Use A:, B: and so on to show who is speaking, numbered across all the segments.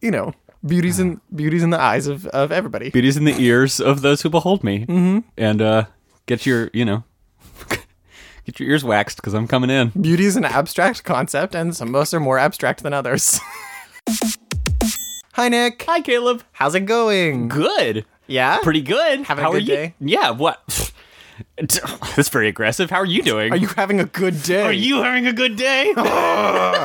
A: you know, beauties in beauties in the eyes of of everybody.
B: Beauties in the ears of those who behold me, mm-hmm. and uh, get your you know, get your ears waxed because I'm coming in.
A: Beauty is an abstract concept, and some of us are more abstract than others. Hi, Nick.
B: Hi, Caleb.
A: How's it going?
B: Good.
A: Yeah.
B: Pretty good.
A: Having a
B: How are
A: good
B: you?
A: day?
B: Yeah. What? That's very aggressive. How are you doing?
A: Are you having a good day?
B: Are you having a good day?
A: I'm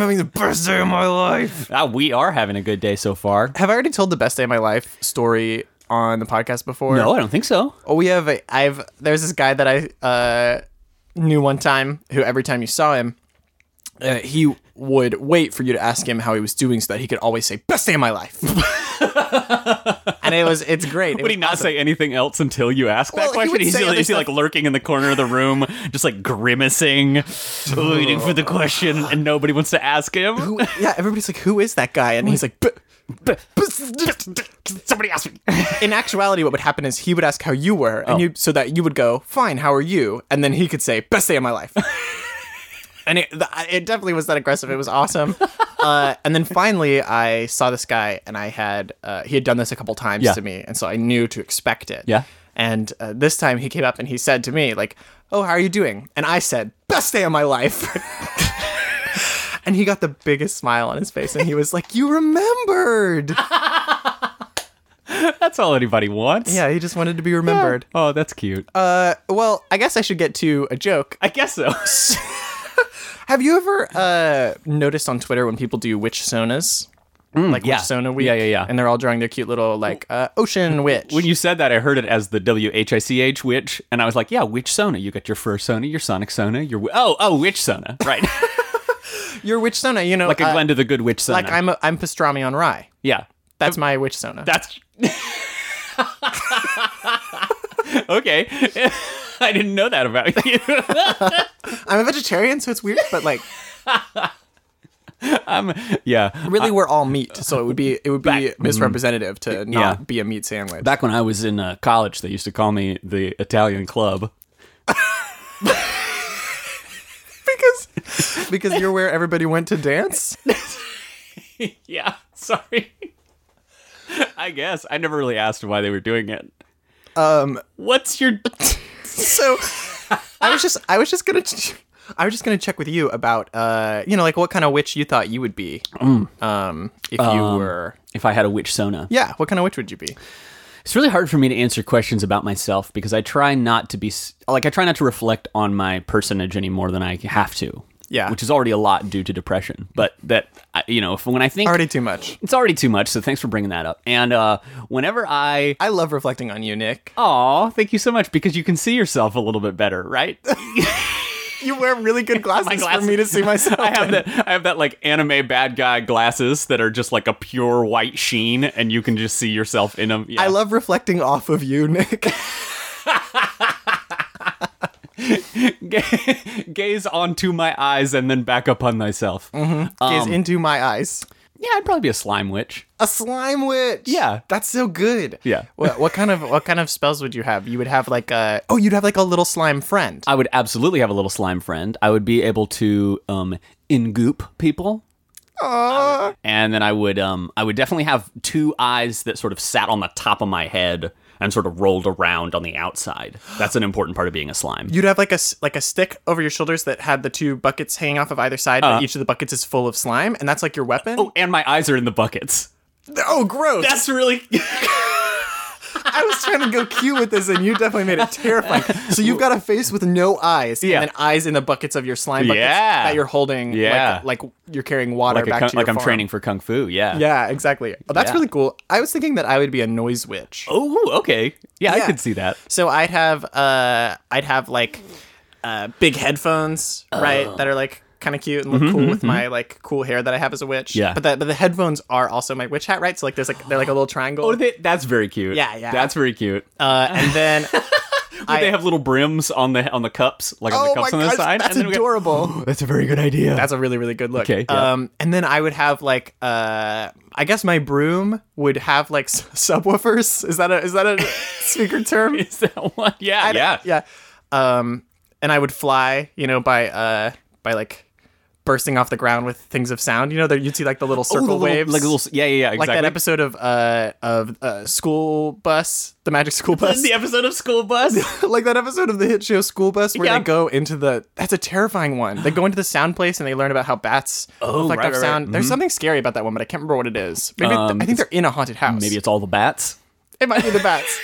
A: having the best day of my life.
B: Ah, we are having a good day so far.
A: Have I already told the best day of my life story on the podcast before?
B: No, I don't think so.
A: Oh, we have. A, I've. There's this guy that I uh, knew one time. Who every time you saw him, uh, he would wait for you to ask him how he was doing, so that he could always say "best day of my life." and it was. It's great. It
B: Would he
A: was
B: not say anything else until you ask
A: Well,
B: that
A: he
B: question?
A: would
B: Is
A: say
B: he,
A: other
B: is he,
A: stuff.
B: like lurking in the corner of the room, just like grimacing, waiting for the question, and nobody wants to ask him?
A: awesome. Who- yeah, everybody's like, "Who is that guy?" And he's like, "B- b- b-
B: Somebody asked me.
A: in actuality, what would happen is he would ask how you were, and you so that you would go, "Fine, how are you?" And then he could say, "Best day of my life." and it, th- it definitely was that aggressive. It was awesome. uh, and then finally, I saw this guy, and I had uh, he had done this a couple times
B: Yeah.
A: to me, and so I knew to expect it.
B: Yeah.
A: And uh, this time he came up and he said to me, like, "Oh, how are you doing?" And I said, "Best day of my life." and he got the biggest smile on his face, and he was like, "You remembered."
B: That's all anybody wants.
A: yeah, he just wanted to be remembered.
B: Oh, that's cute.
A: Uh, well, I guess I should get to a joke.
B: I guess so.
A: Have you ever uh noticed on Twitter when people do witch sonas? like
B: Mm, yeah.
A: witch sona week?
B: Yeah, yeah, yeah.
A: And they're all drawing their cute little like uh, ocean witch.
B: when you said that, I heard it as the W H I C H witch, and I was like, "Yeah, which Sona? You got your fur Sona, your Sonic Sona, your wi- oh oh which Sona, right?
A: Your witch sona, you know,
B: like a
A: uh,
B: blend of the good witch Sona.
A: like I'm a, I'm pastrami on rye.
B: yeah,
A: That's my witch sona.
B: that's okay. I didn't know that about you.
A: I'm a vegetarian, so it's weird, but like
B: yeah,
A: really we're all meat, so it would be it would be
B: Back-
A: misrepresentative to not
B: yeah.
A: be a meat sandwich.
B: back when I was in uh, college, they used to call me the Italian Club.
A: because because you're where everybody went to dance?
B: Yeah, sorry. I guess I never really asked why they were doing it.
A: Um
B: What's your
A: so I was just I was just gonna ch- I was just gonna check with you about uh you know like what kind of witch you thought you would be um if you were
B: if I had a witch Sona?
A: yeah what kind of witch would you be
B: It's really hard for me to answer questions about myself because I try not to be s- like I try not to reflect on my personage any more than I have to.
A: Yeah.
B: which is already a lot due to depression. But that I- you know, if, when I think
A: already too much
B: it's already too much. So thanks for bringing that up. And uh, whenever I
A: I love reflecting on you Nick
B: oh, thank you so much because you can see yourself a little bit better, right?
A: you wear really good glasses,
B: glasses.
A: for me to see myself
B: I have that I have that like anime bad guy glasses that are just like a pure white sheen, and you can just see yourself in them. Yeah.
A: I love reflecting off of you Nick
B: gaze onto my eyes and then back upon thyself.
A: Mm-hmm. gaze into my eyes
B: Yeah, I'd probably be a slime witch.
A: a slime witch
B: Yeah.
A: that's so good
B: Yeah.
A: what, what kind of what kind of spells would you have you would have like a oh you'd have like a little slime friend
B: I would absolutely have a little slime friend. I would be able to um ingoop people. And then I would um I would definitely have two eyes that sort of sat on the top of my head and sort of rolled around on the outside. That's an important part of being a slime.
A: You'd have like a s- like a stick over your shoulders that had the two buckets hanging off of either side, but each of the buckets is full of slime, and that's like your weapon.
B: Uh. Oh, and my eyes are in the buckets.
A: oh gross!
B: That's really
A: I was trying to go cute with this, and you definitely made it terrifying. So you've got a face with no eyes,
B: Yeah.
A: and then eyes in the buckets of your slime buckets
B: Yeah.
A: that you're holding,
B: Yeah.
A: like, like you're carrying water
B: like, a
A: back
B: kung-
A: to your
B: like I'm
A: farm.
B: training for kung fu. Yeah.
A: Yeah, exactly. Oh, that's
B: Yeah.
A: really cool. I was thinking that I would be a noise witch.
B: Oh, okay. yeah, I
A: Yeah.
B: could see that.
A: So I'd have uh I'd have like uh big headphones, right? That are like kind of cute and look cool with my like cool hair that I have as a witch.
B: Yeah.
A: But the but the headphones are also my witch hat, right? So like there's like they're like a little triangle.
B: Oh, they, that's very cute.
A: Yeah, yeah.
B: That's very cute.
A: uh and then I-
B: they have little brims on the on the cups, like on
A: Oh
B: the
A: my
B: cups on the
A: gosh,
B: side.
A: that's
B: and then we got-
A: adorable.
B: that's a very good idea.
A: That's a really really good look.
B: Okay, yeah.
A: Um and then I would have like uh I guess my broom would have like s- subwoofers. Is that a is that a speaker term?
B: Is that one? Yeah, yeah.
A: yeah. Um, and I would fly, you know, by uh, by like bursting off the ground with things of sound. You know, there you'd see like the little
B: Oh,
A: circle
B: the little-
A: waves,
B: like little, yeah, yeah, yeah,
A: Like
B: exactly.
A: that episode of uh of uh, School Bus, the Magic School Bus.
B: the episode of School Bus.
A: like that episode of the hit show School Bus where
B: Yeah.
A: they go into the that's a terrifying one. They go into the sound place and they learn about how bats
B: Oh,
A: reflect
B: right,
A: off
B: right, right.
A: sound. There's something scary about that one, but I can't remember what it is. Maybe it-
B: Um,
A: I think they're in a haunted house.
B: Maybe it's all the bats.
A: it might be the bats.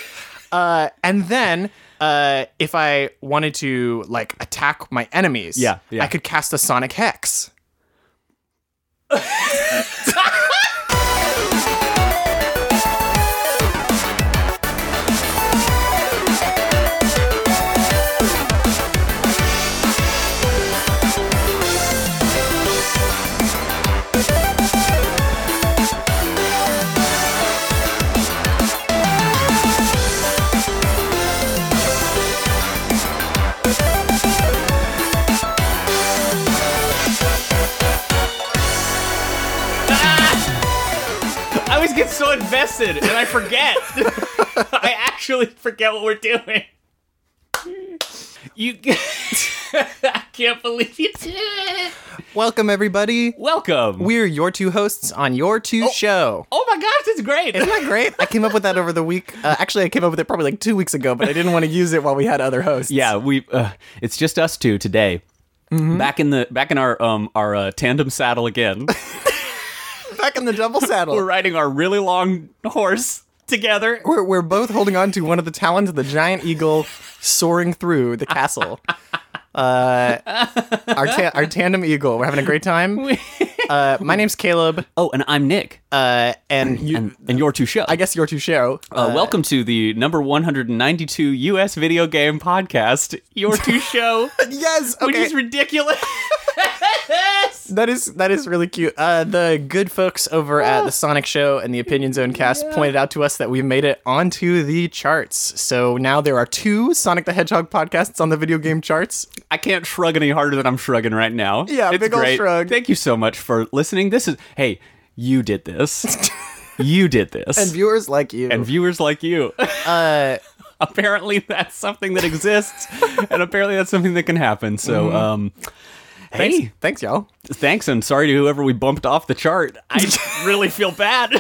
A: uh, and then uh, if I wanted to like attack my enemies,
B: Yeah, yeah.
A: I could cast a sonic hex.
B: I always get so invested and I forget. I actually forget what we're doing. You, I can't believe you did it.
A: Welcome everybody.
B: Welcome.
A: We're your two hosts on your two show.
B: oh my gosh, it's great.
A: Isn't that great? I came up with that over the week. Uh, actually, I came up with it probably like two weeks ago, but I didn't want to use it while we had other hosts.
B: yeah, we. Uh, it's just us two today.
A: Mm-hmm.
B: Back in the back in our um our uh, tandem saddle again.
A: back in the double saddle.
B: We're riding our really long horse together.
A: We're, we're both holding on to one of the talons of the giant eagle soaring through the castle. Uh, our, ta- our tandem eagle. We're having a great time. Uh, my name's Caleb,
B: Oh, and I'm Nick,
A: uh, and you, Oh.
B: and, and you're two show.
A: I guess you're to show.
B: Uh, welcome to the number 192 U.S. video game podcast, Your Two Show,
A: yes,
B: which
A: okay.
B: is ridiculous.
A: that is that is really cute. Uh, the good folks over at the Sonic Show and the Opinion Zone cast pointed out to us that we've made it onto the charts. So now there are two Sonic the Hedgehog podcasts on the video game charts.
B: I can't shrug any harder than I'm shrugging right now.
A: Yeah,
B: it's
A: big ol'
B: great.
A: shrug.
B: Thank you so much for listening. This is hey, you did this. you did this,
A: And viewers like you.
B: and viewers like you.
A: uh,
B: apparently, that's something that exists, and apparently, that's something that can happen. So, um,
A: thanks,
B: hey,
A: thanks, y'all.
B: thanks, and sorry to whoever we bumped off the chart. I really feel bad.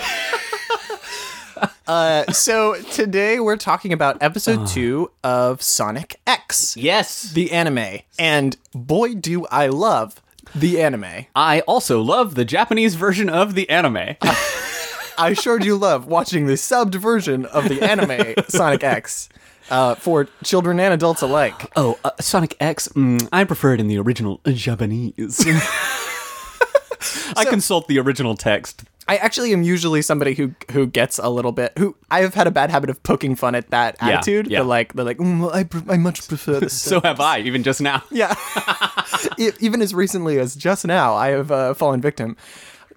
A: So today we're talking about
B: Ah.
A: episode two of Sonic X,
B: yes.
A: the anime, and boy do I love the anime.
B: I also love the Japanese version of the anime.
A: I sure do love watching the subbed version of the anime Sonic X uh, for children and adults alike.
B: oh, uh, Sonic X, mm, I prefer it in the original Japanese. I consult the original text.
A: I actually am usually somebody who who gets a little bit who I have had a bad habit of poking fun at that attitude.
B: yeah.
A: They're like they're like mm, well, I pre- I much prefer this.
B: So have I, even just now.
A: Yeah. E- Even as recently as just now, I have uh, fallen victim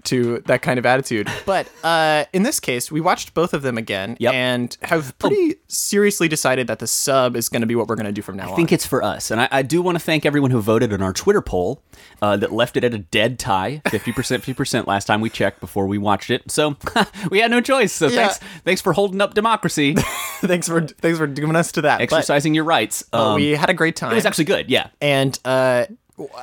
A: to that kind of attitude. But uh, in this case, we watched both of them again
B: Yep.
A: and have pretty seriously decided that the sub is going to be what we're going to do from now
B: I think it's for us. And I, I do want to thank everyone who voted in our Twitter poll uh, that left it at a dead tie 50%, 50% last time we checked before we watched it. So we had no choice. So
A: Yeah.
B: thanks thanks for holding up democracy,
A: on. thanks for thanks for doing us to that. But
B: exercising your rights. Um,
A: we had a great time.
B: it was actually good. Yeah.
A: and uh,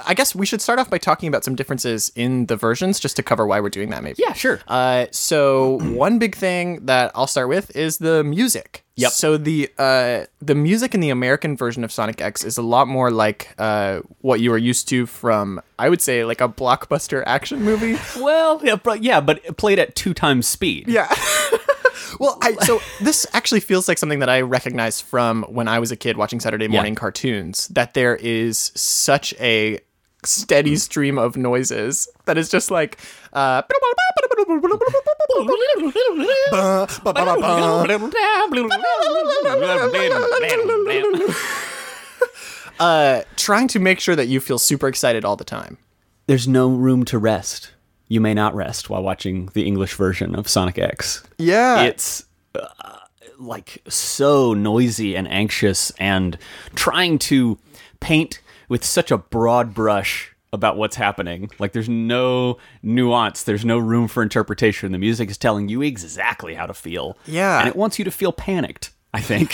A: I guess we should start off by talking about some differences in the versions just to cover why we're doing that, maybe.
B: Yeah, sure.
A: Uh, so one big thing that I'll start with is the music.
B: Yep.
A: So the uh, the music in the American version of Sonic X is a lot more like uh, what you are used to from I would say like a blockbuster action movie.
B: Well, yeah, but, yeah, but it played at two times speed.
A: Yeah. well, I, so this actually feels like something that I recognize from when I was a kid watching Saturday morning cartoons. That there is such a steady stream of noises that is just like. Uh, uh, trying to make sure that you feel super excited all the time.
B: There's no room to rest. You may not rest while watching the English version of Sonic X.
A: Yeah.
B: It's uh, like so noisy and anxious and trying to paint with such a broad brush about what's happening. Like there's no nuance, there's no room for interpretation. The music is telling you exactly how to feel.
A: Yeah.
B: And it wants you to feel panicked. I think.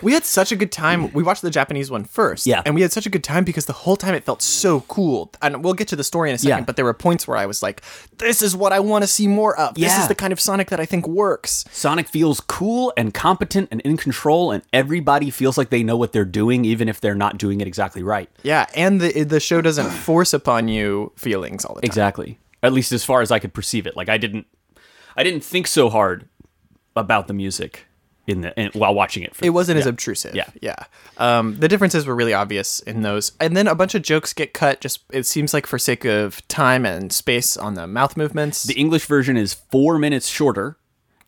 A: We had such a good time. We watched the Japanese one first.
B: Yeah.
A: And we had such a good time because the whole time it felt so cool. And we'll get to the story in a second,
B: Yeah.
A: but there were points where I was like, this is what I want to see more of. This
B: Yeah.
A: is the kind of Sonic that I think works.
B: Sonic feels cool and competent and in control, and everybody feels like they know what they're doing, even if they're not doing it exactly right.
A: Yeah. And the the show doesn't force upon you feelings all the time.
B: Exactly. At least as far as I could perceive it. Like I didn't, I didn't think so hard about the music in the in, while watching it. For,
A: It wasn't as obtrusive.
B: Yeah.
A: Yeah. Um, the differences were really obvious in those. And then a bunch of jokes get cut just, it seems like, for sake of time and space on the mouth movements.
B: the English version is four minutes shorter,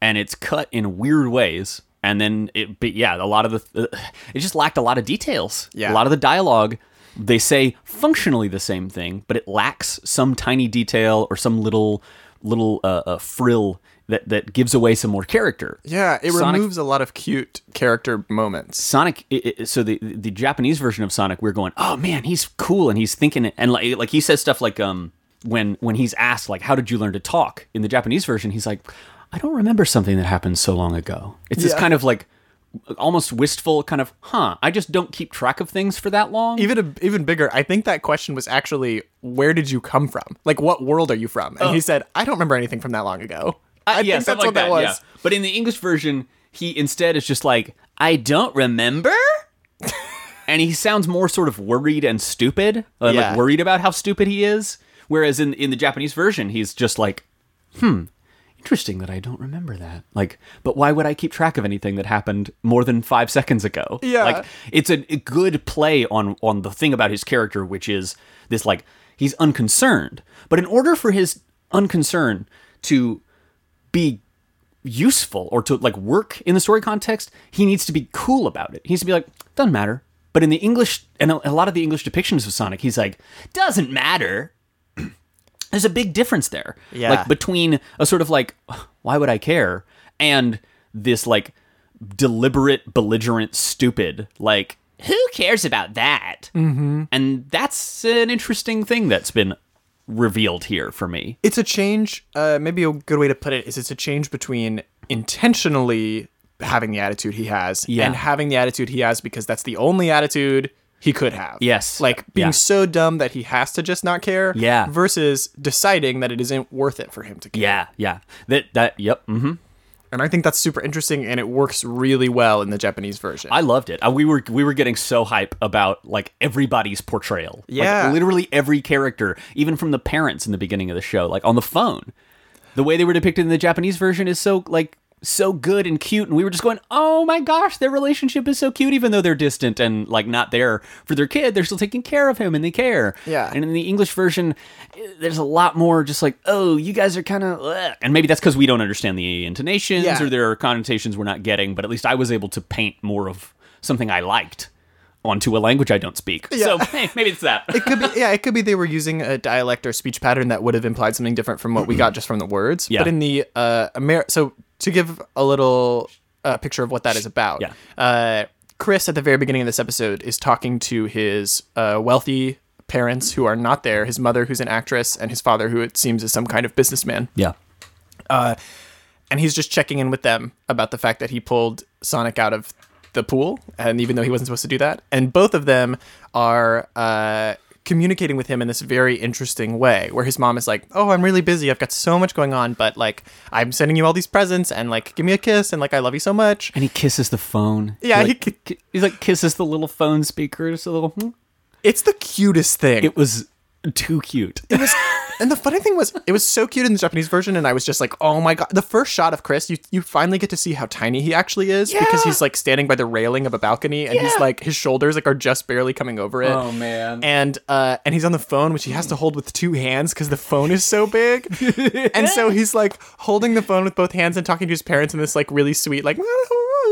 B: and it's cut in weird ways. And then it, but yeah, a lot of the, it just lacked a lot of details.
A: Yeah.
B: a lot of the dialogue. They say functionally the same thing, but it lacks some tiny detail or some little little uh, uh, frill that that gives away some more character.
A: yeah. It
B: Sonic-
A: removes a lot of cute character moments.
B: Sonic. i i so the the Japanese version of Sonic, we're going, oh man, he's cool, and he's thinking, and like like he says stuff like um when when he's asked like how did you learn to talk in the Japanese version, he's like, I don't remember something that happened so long ago. It's this
A: Yeah.
B: kind of like almost wistful kind of huh i just don't keep track of things for that long
A: even a, even bigger i think that question was actually where did you come from like what world are you from and he said i don't remember anything from that long ago i,
B: Oh. Uh, yeah,
A: think that's
B: something
A: what that,
B: like
A: was
B: yeah. but in the english version he instead is just like i don't remember
A: Er?
B: and he sounds more sort of worried and stupid, uh,
A: Yeah.
B: like worried about how stupid he is. Whereas in in the Japanese version, he's just like, hmm, interesting that I don't remember that. Like, but why would I keep track of anything that happened more than five seconds ago?
A: Yeah.
B: like it's a, a good play on on the thing about his character, which is this like he's unconcerned. But in order for his unconcern to be useful or to like work in the story context, he needs to be cool about it. He needs to be like, doesn't matter. But in the English and a a lot of the English depictions of Sonic, he's like, doesn't matter. There's a big difference there.
A: Yeah.
B: Like between a sort of like, why would I care? And this like deliberate, belligerent, stupid, like, who cares about that? Mm-hmm. And that's an interesting thing that's been revealed here for me.
A: it's a change uh, maybe a good way to put it is it's a change between intentionally having the attitude he has
B: Yeah.
A: and having the attitude he has because that's the only attitude he could have
B: Yes.
A: like being
B: Yeah.
A: so dumb that he has to just not care
B: Yeah.
A: versus deciding that it isn't worth it for him to care
B: Yeah, yeah. That that yep. hmm
A: and i think that's super interesting and it works really well in the japanese version
B: I loved it. Uh, We were we were getting so hype about like everybody's portrayal. Like,
A: Yeah.
B: literally every character, even from the parents in the beginning of the show, like on the phone. The way they were depicted in the Japanese version is so like so good and cute, and we were just going, "Oh my gosh, their relationship is so cute." Even though they're distant and like not there for their kid, they're still taking care of him and they care.
A: Yeah.
B: And in the English version, eh, there's a lot more just like, "Oh, you guys are kind of," and maybe that's because we don't understand the intonations
A: Yeah.
B: or there are connotations we're not getting, but at least I was able to paint more of something I liked onto a language I don't speak. So hey, maybe it's that.
A: it could be yeah it could be they were using a dialect or speech pattern that would have implied something different from what we got just from the words
B: Yeah.
A: but in the uh Amer- so to give a little uh, picture of what that is about
B: Yeah.
A: uh chris at the very beginning of this episode is talking to his uh wealthy parents who are not there his mother who's an actress and his father who it seems is some kind of businessman
B: yeah.
A: and he's just checking in with them about the fact that he pulled Sonic out of the pool, and even though he wasn't supposed to do that, and both of them are uh, communicating with him in this very interesting way, where his mom is like, "Oh, I'm really busy. I've got so much going on, but like, I'm sending you all these presents, and like, give me a kiss, and like, I love you so much."
B: And he kisses the phone.
A: Yeah,
B: he, like,
A: he
B: ki- he's like kisses the little phone speaker. Just a little. hmm.
A: It's the cutest thing.
B: It was too cute.
A: It was, and the funny thing was, it was so cute in the Japanese version, and I was just like, "Oh my god!" The first shot of Chris, you you finally get to see how tiny he actually is because
B: Yeah.
A: he's like standing by the railing of a balcony, and he's
B: Yeah.
A: like his shoulders like are just barely coming over it.
B: Oh, man.
A: And uh, and he's on the phone, which he has to hold with two hands because the phone is so big. and so he's like holding the phone with both hands and talking to his parents in this like really sweet like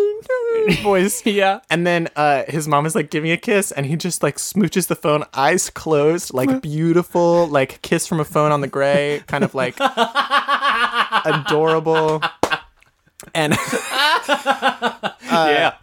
A: voice.
B: Yeah.
A: And then uh, his mom is like giving a kiss, and he just like smooches the phone, eyes closed, like beautiful, like kiss from a phone on the gray, kind of like adorable. And
B: yeah.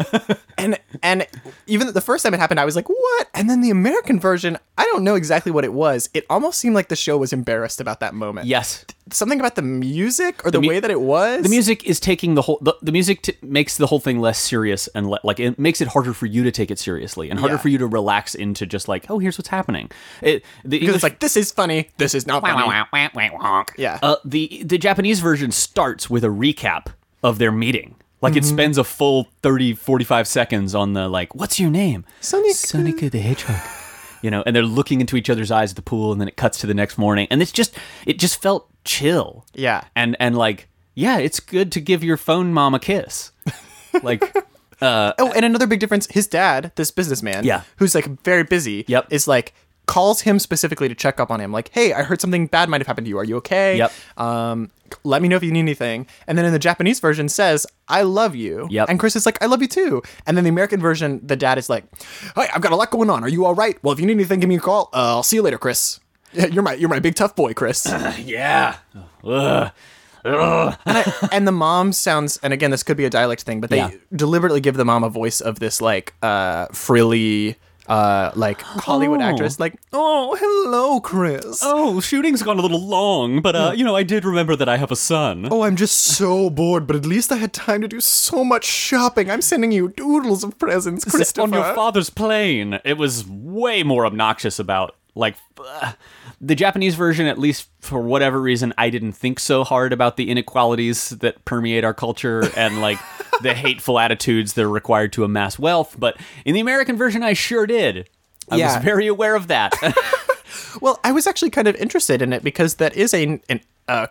A: and And even the first time it happened, I was like, what? And then the American version, I don't know exactly what it was. It almost seemed like the show was embarrassed about that moment.
B: Yes.
A: Something about the music or the,
B: mu-
A: way that it was.
B: The music is taking the whole. The, the music t- makes the whole thing less serious and le- like it makes it harder for you to take it seriously and harder
A: Yeah.
B: for you to relax into just like oh here's what's happening. It the
A: Because
B: English,
A: it's like, this is funny. This is not funny. Yeah.
B: Uh, the the Japanese version starts with a recap of their meeting. Like
A: Mm-hmm.
B: it spends a full 30, 45 seconds on the like, what's your name?
A: Sonic.
B: Sonic the Hedgehog. You know, and they're looking into each other's eyes at the pool, and then it cuts to the next morning, and it's just it just felt chill.
A: Yeah.
B: and and like yeah, it's good to give your phone mom a kiss. Like
A: Oh, and another big difference his dad, this businessman,
B: Yeah.
A: who's like very busy,
B: Yep.
A: is like, calls him specifically to check up on him like hey i heard something bad might have happened to you are you okay
B: Yep.
A: um let me know if you need anything and then in the japanese version says i love you
B: Yep.
A: and chris is like i love you too and then the american version the dad is like hey i've got a lot going on are you all right well if you need anything give me a call uh, i'll see you later chris Yeah, you're my you're my big tough boy chris
B: yeah, Ugh.
A: and the mom sounds and again this could be a dialect thing but they
B: Yeah.
A: deliberately give the mom a voice of this like uh frilly uh like hollywood
B: Oh.
A: actress like oh hello chris oh.
B: oh, shooting's gone a little long, but uh, you know I did remember that I have a son.
A: Oh, i'm just so bored but at least i had time to do so much shopping i'm sending you doodles of presents christopher
B: on your father's plane. It was way more obnoxious about like ugh. the Japanese version. At least for whatever reason, I didn't think so hard about the inequalities that permeate our culture and like the hateful attitudes that are required to amass wealth. But in the American version, I sure did. I
A: Yeah.
B: was very aware of that.
A: well i was actually kind of interested in it because that is a an, a,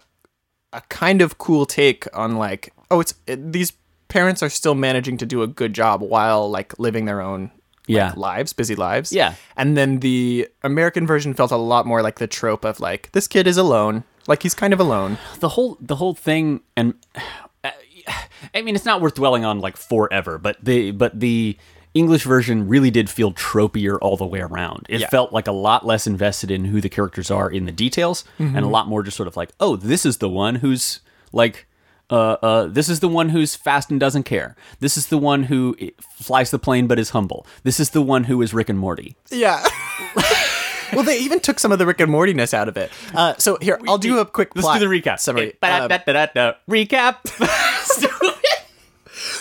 A: a kind of cool take on like oh it's it, these parents are still managing to do a good job while like living their own
B: yeah.
A: lives, busy lives.
B: Yeah.
A: And then the American version felt a lot more like the trope of like this kid is alone, like he's kind of alone.
B: the whole the whole thing and I mean it's not worth dwelling on like forever, but the but the English version really did feel tropier all the way around. It
A: Yeah.
B: felt like a lot less invested in who the characters are in the details and
A: Mm-hmm.
B: a lot more just sort of like, oh, this is the one who's like uh, uh, this is the one who's fast and doesn't care. This is the one who i- flies the plane but is humble. This is the one who is Rick and Morty.
A: Yeah. well, they even took some of the Rick and Mortiness out of it. Uh, so here, I'll do a quick
B: Let's
A: plot
B: do the recap.
A: summary. Um,
B: Ba-da-da-da-da-da. recap.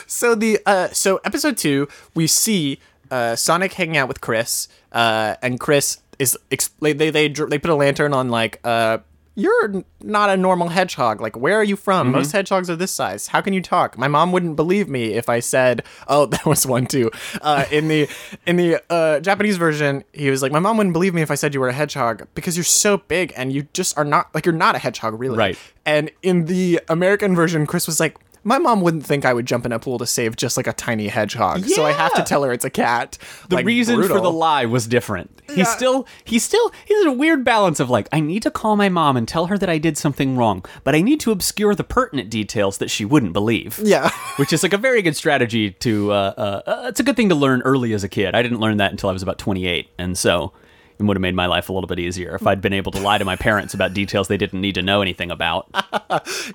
A: so the uh, so episode two, we see uh, Sonic hanging out with Chris, uh, and Chris is ex- they they they, dr- they put a lantern on like. Uh, you're n- not a normal hedgehog. Like, where are you from? Most hedgehogs are this size. How can you talk? My mom wouldn't believe me if I said, "Oh, that was one too." Uh, in the in the uh, Japanese version, he was like, "My mom wouldn't believe me if I said you were a hedgehog because you're so big and you just are not like you're not a hedgehog, really."
B: Right.
A: And in the American version, Chris was like, "My mom wouldn't think I would jump in a pool to save just like a tiny hedgehog, so I have to
B: Yeah.
A: tell her it's a cat."
B: the reason for the lie was different. He still, he still, he's in a weird balance of like, I need to call my mom and tell her that I did something wrong, but I need to obscure the pertinent details that she wouldn't believe.
A: yeah.
B: Which is like a very good strategy to, uh, uh, uh, it's a good thing to learn early as a kid. I didn't learn that until I was about 28. And so it would have made my life a little bit easier if I'd been able to lie to my parents about details they didn't need to know anything about.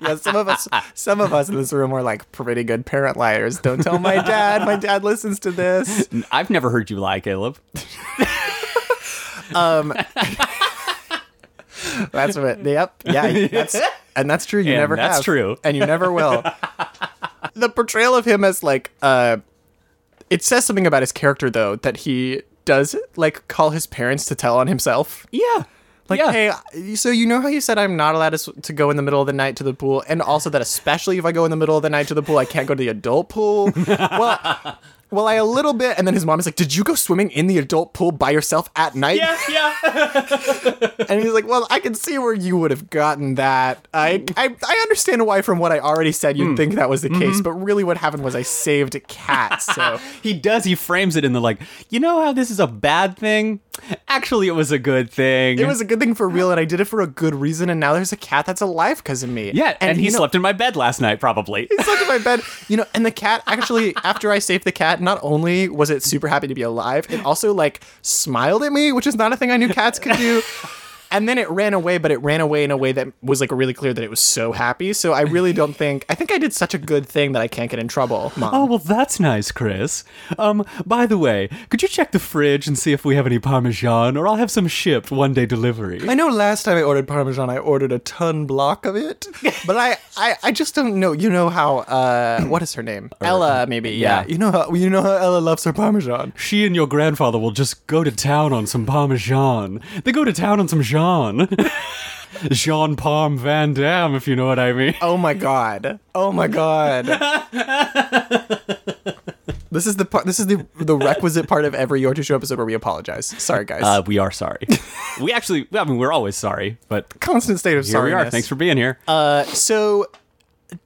A: yeah, some of us, some of us in this room are like pretty good parent liars. Don't tell my dad. My dad listens to this.
B: I've never heard you lie, Caleb.
A: That's what. Yep. Yeah. That's, and that's true. You
B: And
A: never.
B: that's
A: have,
B: true.
A: And you never will. the portrayal of him as like, uh, it says something about his character though that he does like call his parents to tell on himself.
B: Yeah.
A: Like, hey, so you know how you said I'm not allowed to, s- to go in the middle of the night to the pool, and also that especially if I go in the middle of the night to the pool, I can't go to the adult pool. well, well, I a little bit, and then his mom is like, "Did you go swimming in the adult pool by yourself at night?"
B: Yeah, yeah.
A: And he's like, "Well, I can see where you would have gotten that. I, I, I understand why from what I already said
B: Hmm.
A: you'd think that was the case,
B: Mm-hmm.
A: but really what happened was I saved a cat. So
B: He does. He frames it in the like, you know how this is a bad thing? Actually, it was a good thing.
A: it was a good thing for real, and I did it for a good reason. And now there's a cat that's alive because of me.
B: Yeah, and, he
A: you know-
B: slept in my bed last night, probably.
A: slept in my bed. You know, and the cat actually, after I saved the cat, not only was it super happy to be alive, it also like smiled at me, which is not a thing I knew cats could do. and then it ran away, but it ran away in a way that was like really clear that it was so happy. So I really don't think I think I did such a good thing that I can't get in trouble, mom.
B: Oh well, that's nice, Chris. Um, by the way, could you check the fridge and see if we have any Parmesan, or I'll have some shipped one day delivery.
A: I know last time I ordered Parmesan, I ordered a ton block of it, but I, I, I just don't know. You know how, uh, what is her name? Ella, maybe. Yeah.
B: yeah.
A: You know how, you know how Ella loves her Parmesan.
B: She and your grandfather will just go to town on some Parmesan. They go to town on some Jean. Jean Palm Van Damme, if you know what I mean.
A: Oh my God. Oh my God. this is the part, this is the, the requisite part of every Your Two Show episode where we apologize. Sorry, guys.
B: Uh, we are sorry. we actually, I mean, we're always sorry, but
A: Constant state of
B: here we
A: sorry.
B: are. Thanks for being here.
A: Uh, so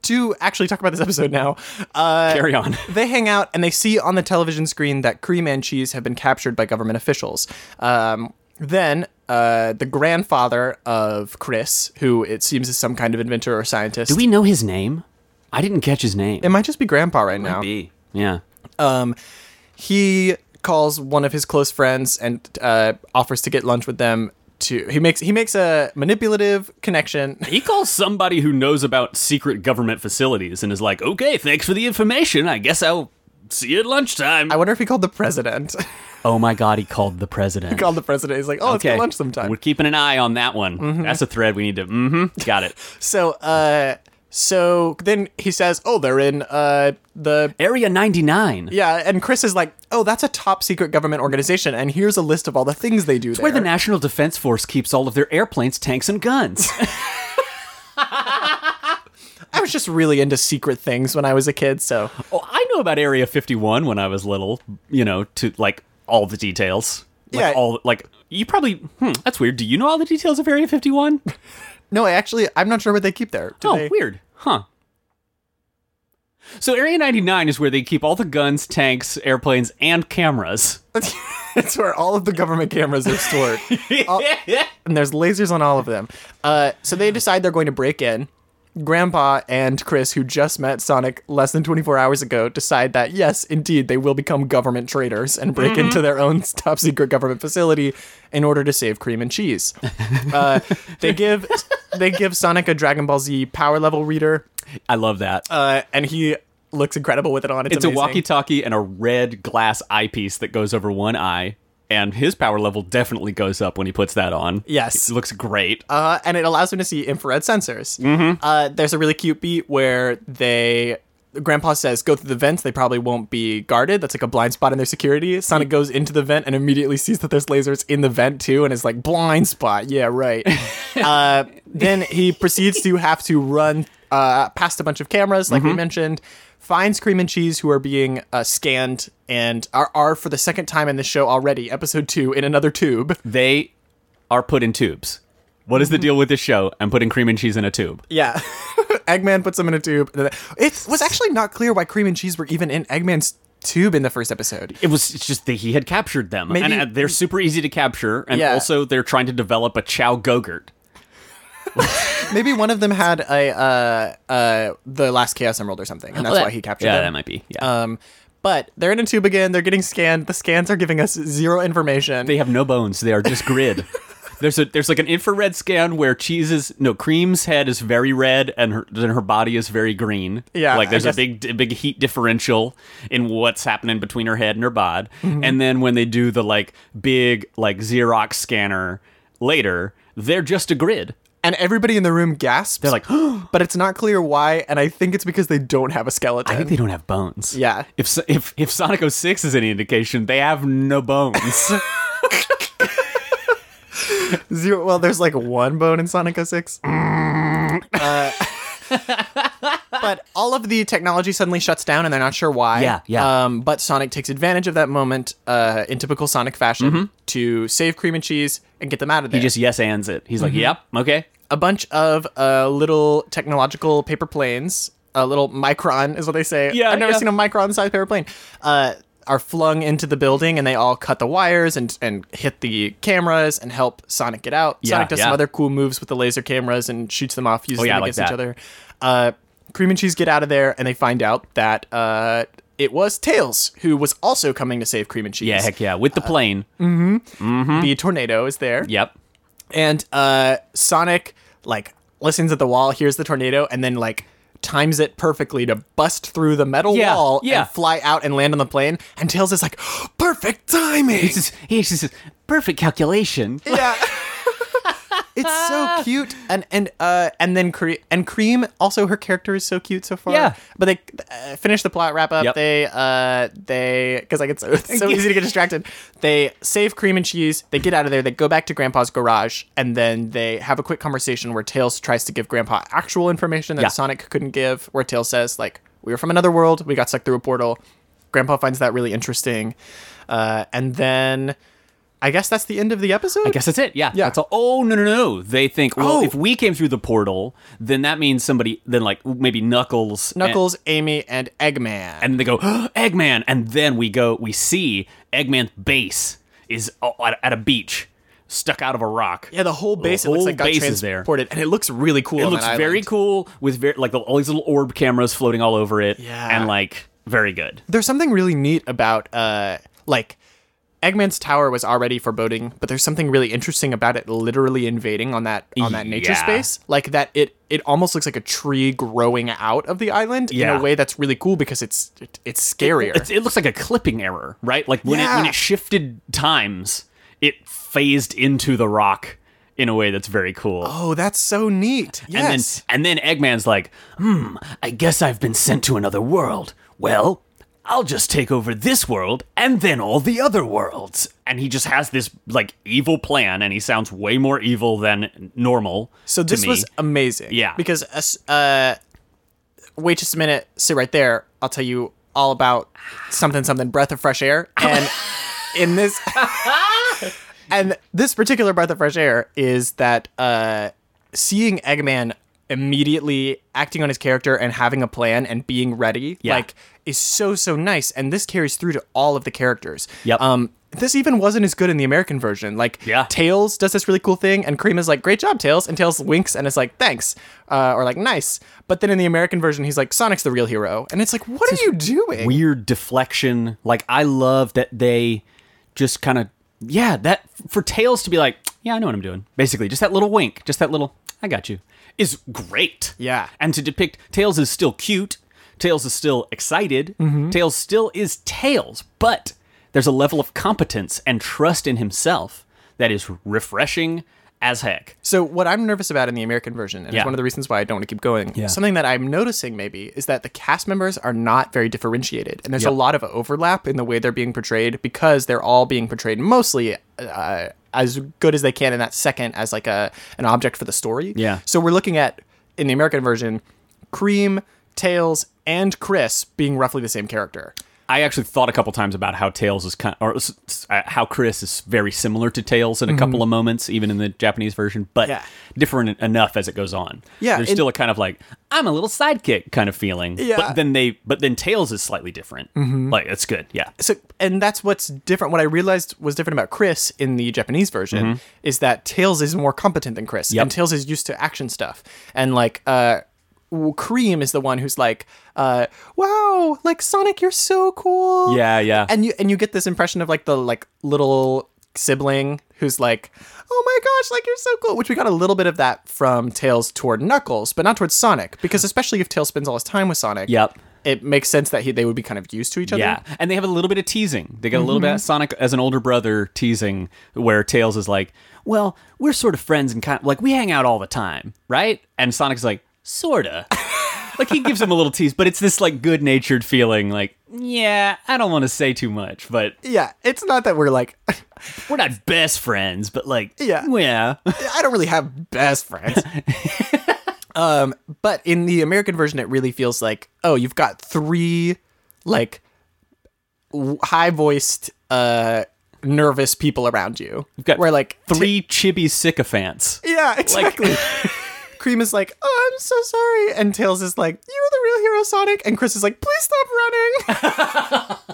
A: to actually talk about this episode now, uh,
B: Carry on.
A: they hang out and they see on the television screen that Cream and Cheese have been captured by government officials. Um, then uh, the grandfather of Chris, who it seems is some kind of inventor or scientist,
B: Do we know his name? I didn't catch his name.
A: it might just be Grandpa
B: Oh
A: right now.
B: B. Yeah.
A: Um, he calls one of his close friends and uh, offers to get lunch with them. To he makes he makes a manipulative connection.
B: He calls somebody who knows about secret government facilities and is like, okay, thanks for the information. I guess I'll see you at lunchtime.
A: I wonder if he called the president.
B: oh my God, he called the president.
A: called the president. He's like, "Oh, let's get lunch sometime."
B: We're keeping an eye on that one. That's a thread we need to. Mm-hmm. Got it.
A: So, uh, so then he says, "Oh, they're in uh the
B: Area 99.
A: yeah," and Chris is like, "Oh, that's a top secret government organization, and here's a list of all the things they do
B: Where the
A: there."
B: National Defense Force keeps all of their airplanes, tanks, and guns.
A: I was just really into secret things when I was a kid, so
B: oh, I know about Area 51 when I was little, you know, to like all the details. Like,
A: Yeah.
B: All, like, you probably. Hmm, that's weird. Do you know all the details of Area 51?
A: no, I actually I'm not sure what they keep there. Do
B: Oh,
A: they-
B: weird. Huh. So Area 99 is where they keep all the guns, tanks, airplanes, and cameras.
A: it's where all of the government cameras are stored, All- and there's lasers on all of them. Uh, so they decide they're going to break in. Grandpa and Chris, who just met Sonic less than 24 hours ago, decide that yes, indeed, they will become government traitors and break
B: Mm-hmm.
A: into their own top secret government facility in order to save cream and cheese. Uh, they give they give Sonic a Dragon Ball Z power level reader,
B: I love that.
A: uh, and he looks incredible with it on. It's,
B: it's a
A: amazing.
B: walkie-talkie and a red glass eyepiece that goes over one eye, and his power level definitely goes up when he puts that on.
A: Yes.
B: it looks great.
A: uh, and it allows him to see infrared sensors. Mm-hmm. Uh, there's a really cute beat where they. Grandpa says, "Go through the vents. They probably won't be guarded. That's like a blind spot in their security." Sonic goes into the vent and immediately sees that there's lasers in the vent too, and is like, "Blind spot, yeah, right." uh, then he proceeds to have to run uh, past a bunch of cameras, like we mentioned, finds Cream and Cheese, who are being uh, scanned and are, are for the second time in the show already, episode two, in another tube.
B: They are put in tubes. What is the deal with this show? I'm putting cream and cheese in a tube.
A: Yeah. Eggman puts them in a tube. It was actually not clear why cream and cheese were even in Eggman's tube in the first episode.
B: It was it's just that he had captured them,
A: Maybe-
B: and uh, they're super easy to capture. And
A: Yeah.
B: also, they're trying to develop a Chow Gogurt.
A: Maybe one of them had a uh, uh, the last Chaos Emerald or something, and that's why he captured
B: Oh, Yeah, that
A: them.
B: might be. Yeah,
A: Um, but they're in a tube again. They're getting scanned. The scans are giving us zero information.
B: they have no bones. They are just grid. There's a there's like an infrared scan where cheese's no cream's head is very red and her then her body is very green.
A: Yeah,
B: like there's
A: I
B: a
A: guess-
B: big a big heat differential in what's happening between her head and her bod.
A: Mm-hmm.
B: And then when they do the like big like Xerox scanner later, they're just a grid.
A: and everybody in the room gasps. They're
B: Like I
A: but it's not clear why, and I think it's because they don't have a skeleton.
B: think they don't have bones.
A: Yeah.
B: If so- if if Sonic 06 is any indication, they have no bones.
A: Zero. Well, there's like one bone in Sonic 06. Uh, but all of the technology suddenly shuts down, and they're not sure why.
B: Yeah, yeah.
A: Um, but Sonic takes advantage of that moment uh, in typical Sonic fashion to save Cream and Cheese and get them out of there.
B: he just yes ands it. He's like,
A: Mm-hmm.
B: "Yep, okay."
A: a bunch of uh, little technological paper planes, a little micron is what they say.
B: Yeah,
A: I've never
B: yeah.
A: seen a micron sized paper plane. Uh, are flung into the building and they all cut the wires and and hit the cameras and help Sonic get out.
B: Yeah,
A: Sonic does some
B: yeah. Oh,
A: other cool moves with the laser cameras and shoots them off, uses
B: yeah,
A: them
B: I like
A: against
B: that.
A: each other. Uh, Cream and Cheese get out of there and they find out that uh, it was Tails who was also coming to save Cream and Cheese.
B: Yeah, heck yeah. With the plane.
A: The tornado is there.
B: Yep.
A: And uh, Sonic like listens at the wall, hears the tornado, and then like times it perfectly to bust through the metal
B: Yeah,
A: wall
B: yeah.
A: and fly out and land on the plane. And Tails is like, perfect timing.
B: It's just, it's just perfect calculation.
A: yeah. It's so cute, and and uh, and then Cre- and Cream also her character is so cute so far.
B: Yeah.
A: but they uh, finish the plot wrap up.
B: Yep.
A: They uh, they because like it's so, it's so easy to get distracted. They save Cream and Cheese. They get out of there. They go back to Grandpa's garage, and then they have a quick conversation where Tails tries to give Grandpa actual information that
B: Yeah.
A: Sonic couldn't give. Where Tails says like, "We were from another world. We got stuck through a portal." Grandpa finds that really interesting, uh, and then. I guess that's the end of the episode.
B: I guess that's it. Yeah.
A: Yeah.
B: That's all. Oh no no no. They think well
A: Oh.
B: if we came through the portal, then that means somebody then like maybe Knuckles and-
A: Knuckles, Amy, and Eggman.
B: and they go Eggman, and then we go we see Eggman's base is a- at at a beach, stuck out of a rock.
A: yeah, the whole base
B: The
A: it looks
B: whole
A: like got
B: base is there.
A: transported, and it looks really cool.
B: It
A: on
B: looks
A: that
B: very
A: island.
B: cool with very like the, all these little orb cameras floating all over it.
A: Yeah.
B: and like very good.
A: There's something really neat about uh, like Eggman's tower was already foreboding, but there's something really interesting about it literally invading on that on that nature
B: Yeah.
A: space, like that it it almost looks like a tree growing out of the island in
B: Yeah.
A: a way that's really cool because it's it, it's scarier.
B: It's, it looks like a clipping error, right? Like when it when
A: Yeah.
B: it shifted times, it phased into the rock in a way that's very cool.
A: oh, that's so neat. Yes.
B: And then and then Eggman's like, "Hmm, I guess I've been sent to another world. Well, I'll just take over this world and then all the other worlds." And he just has this like evil plan and he sounds way more evil than normal.
A: So
B: to
A: this
B: me.
A: was amazing.
B: Yeah.
A: Because uh, s- uh, wait just a minute, sit right there. I'll tell you all about something something breath of fresh air and in this and this particular breath of fresh air is that uh seeing Eggman immediately acting on his character and having a plan and being ready
B: Yeah.
A: like is so so nice and this carries through to all of the characters.
B: Yep.
A: Um this even wasn't as good in the American version. Like
B: Yeah.
A: Tails does this really cool thing, and Cream is like, "Great job, Tails," and Tails winks and is like, "Thanks," uh, or like, "Nice." But then in the American version, he's like, "Sonic's the real hero," and it's like, "What are you doing?"
B: weird deflection. Like I love that they just kind of yeah, that for Tails to be like, yeah, I know what I'm doing. Basically, just that little wink, just that little I got you is great.
A: Yeah.
B: And to depict Tails is still cute, Tails is still excited, Tails still is Tails, but there's a level of competence and trust in himself that is refreshing as heck.
A: so what I'm nervous about in the American version, and
B: Yeah.
A: it's one of the reasons why I don't want to keep going, something that I'm noticing maybe is that the cast members are not very differentiated, and there's a
B: Yep.
A: lot of overlap in the way they're being portrayed because they're all being portrayed mostly. Uh, as good as they can in that second as like a an object for the story.
B: Yeah.
A: So we're looking at in the American version, Cream, Tails, and Chris being roughly the same character.
B: I actually thought a couple times about how Tails is kind, or s- s- uh, how Chris is very similar to Tails in a couple of moments, even in the Japanese version, but
A: Mm-hmm. Yeah.
B: different enough as it goes on.
A: Yeah,
B: there's
A: and-
B: still a kind of like I'm a little sidekick kind of feeling.
A: Yeah. Mm-hmm.
B: but then they, but then Tails is slightly different. Like it's good. Yeah,
A: So and that's what's different. What I realized was different about Chris in the Japanese version is that Tails is more competent than Chris,
B: Mm-hmm. Yep.
A: and Tails is used to action stuff. And like, uh, w- Cream is the one who's like, uh, "Wow, like Sonic, you're so cool."
B: yeah, yeah.
A: and you and you get this impression of like the like little sibling who's like oh my gosh like you're so cool which we got a little bit of that from tails toward knuckles but not towards sonic because especially if tails spends all his time with sonic
B: Yep.
A: it makes sense that he, they would be kind of used to each other
B: Yeah, Mm-hmm. and they have a little bit of teasing. They get a little bit of Sonic as an older brother teasing, where Tails is like, "Well, we're sort of friends and kind like we hang out all the time, right?" And Sonic's like, "Sorta." like he gives him a little tease, but it's this like good natured feeling. Like, yeah, I don't want to say too much, but
A: yeah it's not that we're like
B: we're not best friends. But like,
A: Yeah.
B: yeah,
A: I don't really have best friends. um, but in the American version, it really feels like, oh, you've got three like high voiced, uh, nervous people around you. You've
B: got
A: where like t-
B: three chibi sycophants.
A: yeah, exactly. Cream is like, oh, I'm so sorry, and Tails is like, you're the real hero, Sonic, and Chris is like, please stop